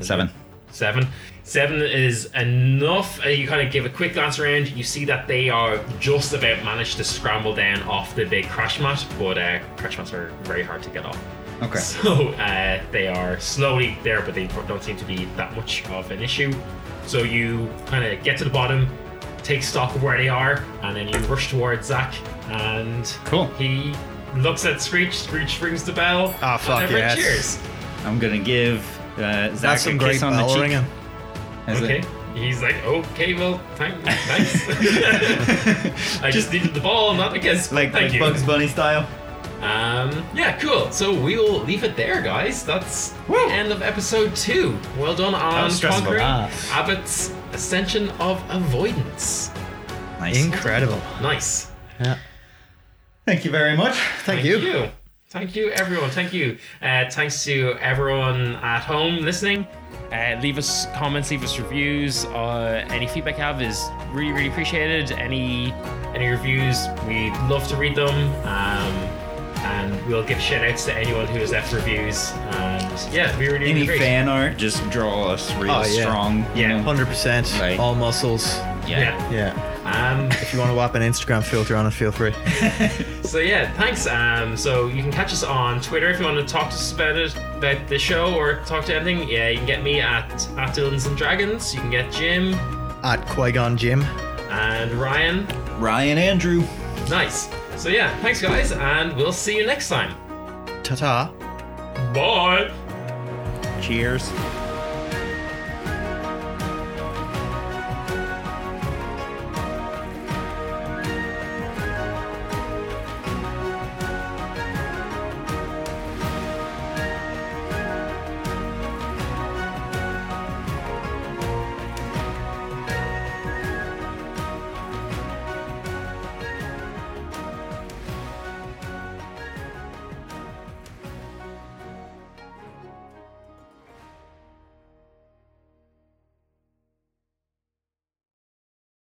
Seven.
Seven. Seven is enough. Uh, you kind of give a quick glance around. You see that they are just about managed to scramble down off the big crash mat, but uh, crash mats are very hard to get off.
Okay.
So uh, they are slowly there, but they don't seem to be that much of an issue. So you kind of get to the bottom, take stock of where they are, and then you rush towards Zach. And
Cool.
he looks at Screech. Screech rings the bell.
Ah, fuck
and everyone
yes.
Cheers.
I'm gonna give uh, Zach
That's
a
some
kiss
great
on the
bell
cheek.
ringing.
As a-
okay. he's like, okay, well, thank- thanks. I just needed the ball, not the kiss.
Like,
thank
like
you.
Bugs Bunny style.
Um, yeah, cool. So we'll leave it there, guys. That's the end of episode two. Well done on
was stressful.
conquering
Ah.
Abbott's Ascension of Avoidance.
Nice.
Incredible.
Nice.
Yeah.
Thank you very much.
Thank, you.
Thank you, everyone. Thank you. Uh, thanks to everyone at home listening.
Uh, leave us comments, leave us reviews. Uh, any feedback you have is really, really appreciated. Any
Any reviews, we love to read them. Um, and we'll give shout outs to anyone who has left reviews. And yeah, we really
Any
great.
fan art, just draw us real
Oh, yeah.
strong. you
Yeah.
know?
100%.
Right.
All muscles.
Yeah.
Yeah.
Um,
If you want to whap an Instagram filter on it, feel free.
So yeah, thanks. Um, so you can catch us on Twitter if you want to talk to us about it, about the show, or talk to anything. Yeah, you can get me at at Dylan's and Dragons. You can get Jim
At Qui Gon Jim.
and Ryan.
Ryan Andrew.
Nice. So yeah, thanks guys, and we'll see you next time.
Ta ta.
Bye.
Cheers.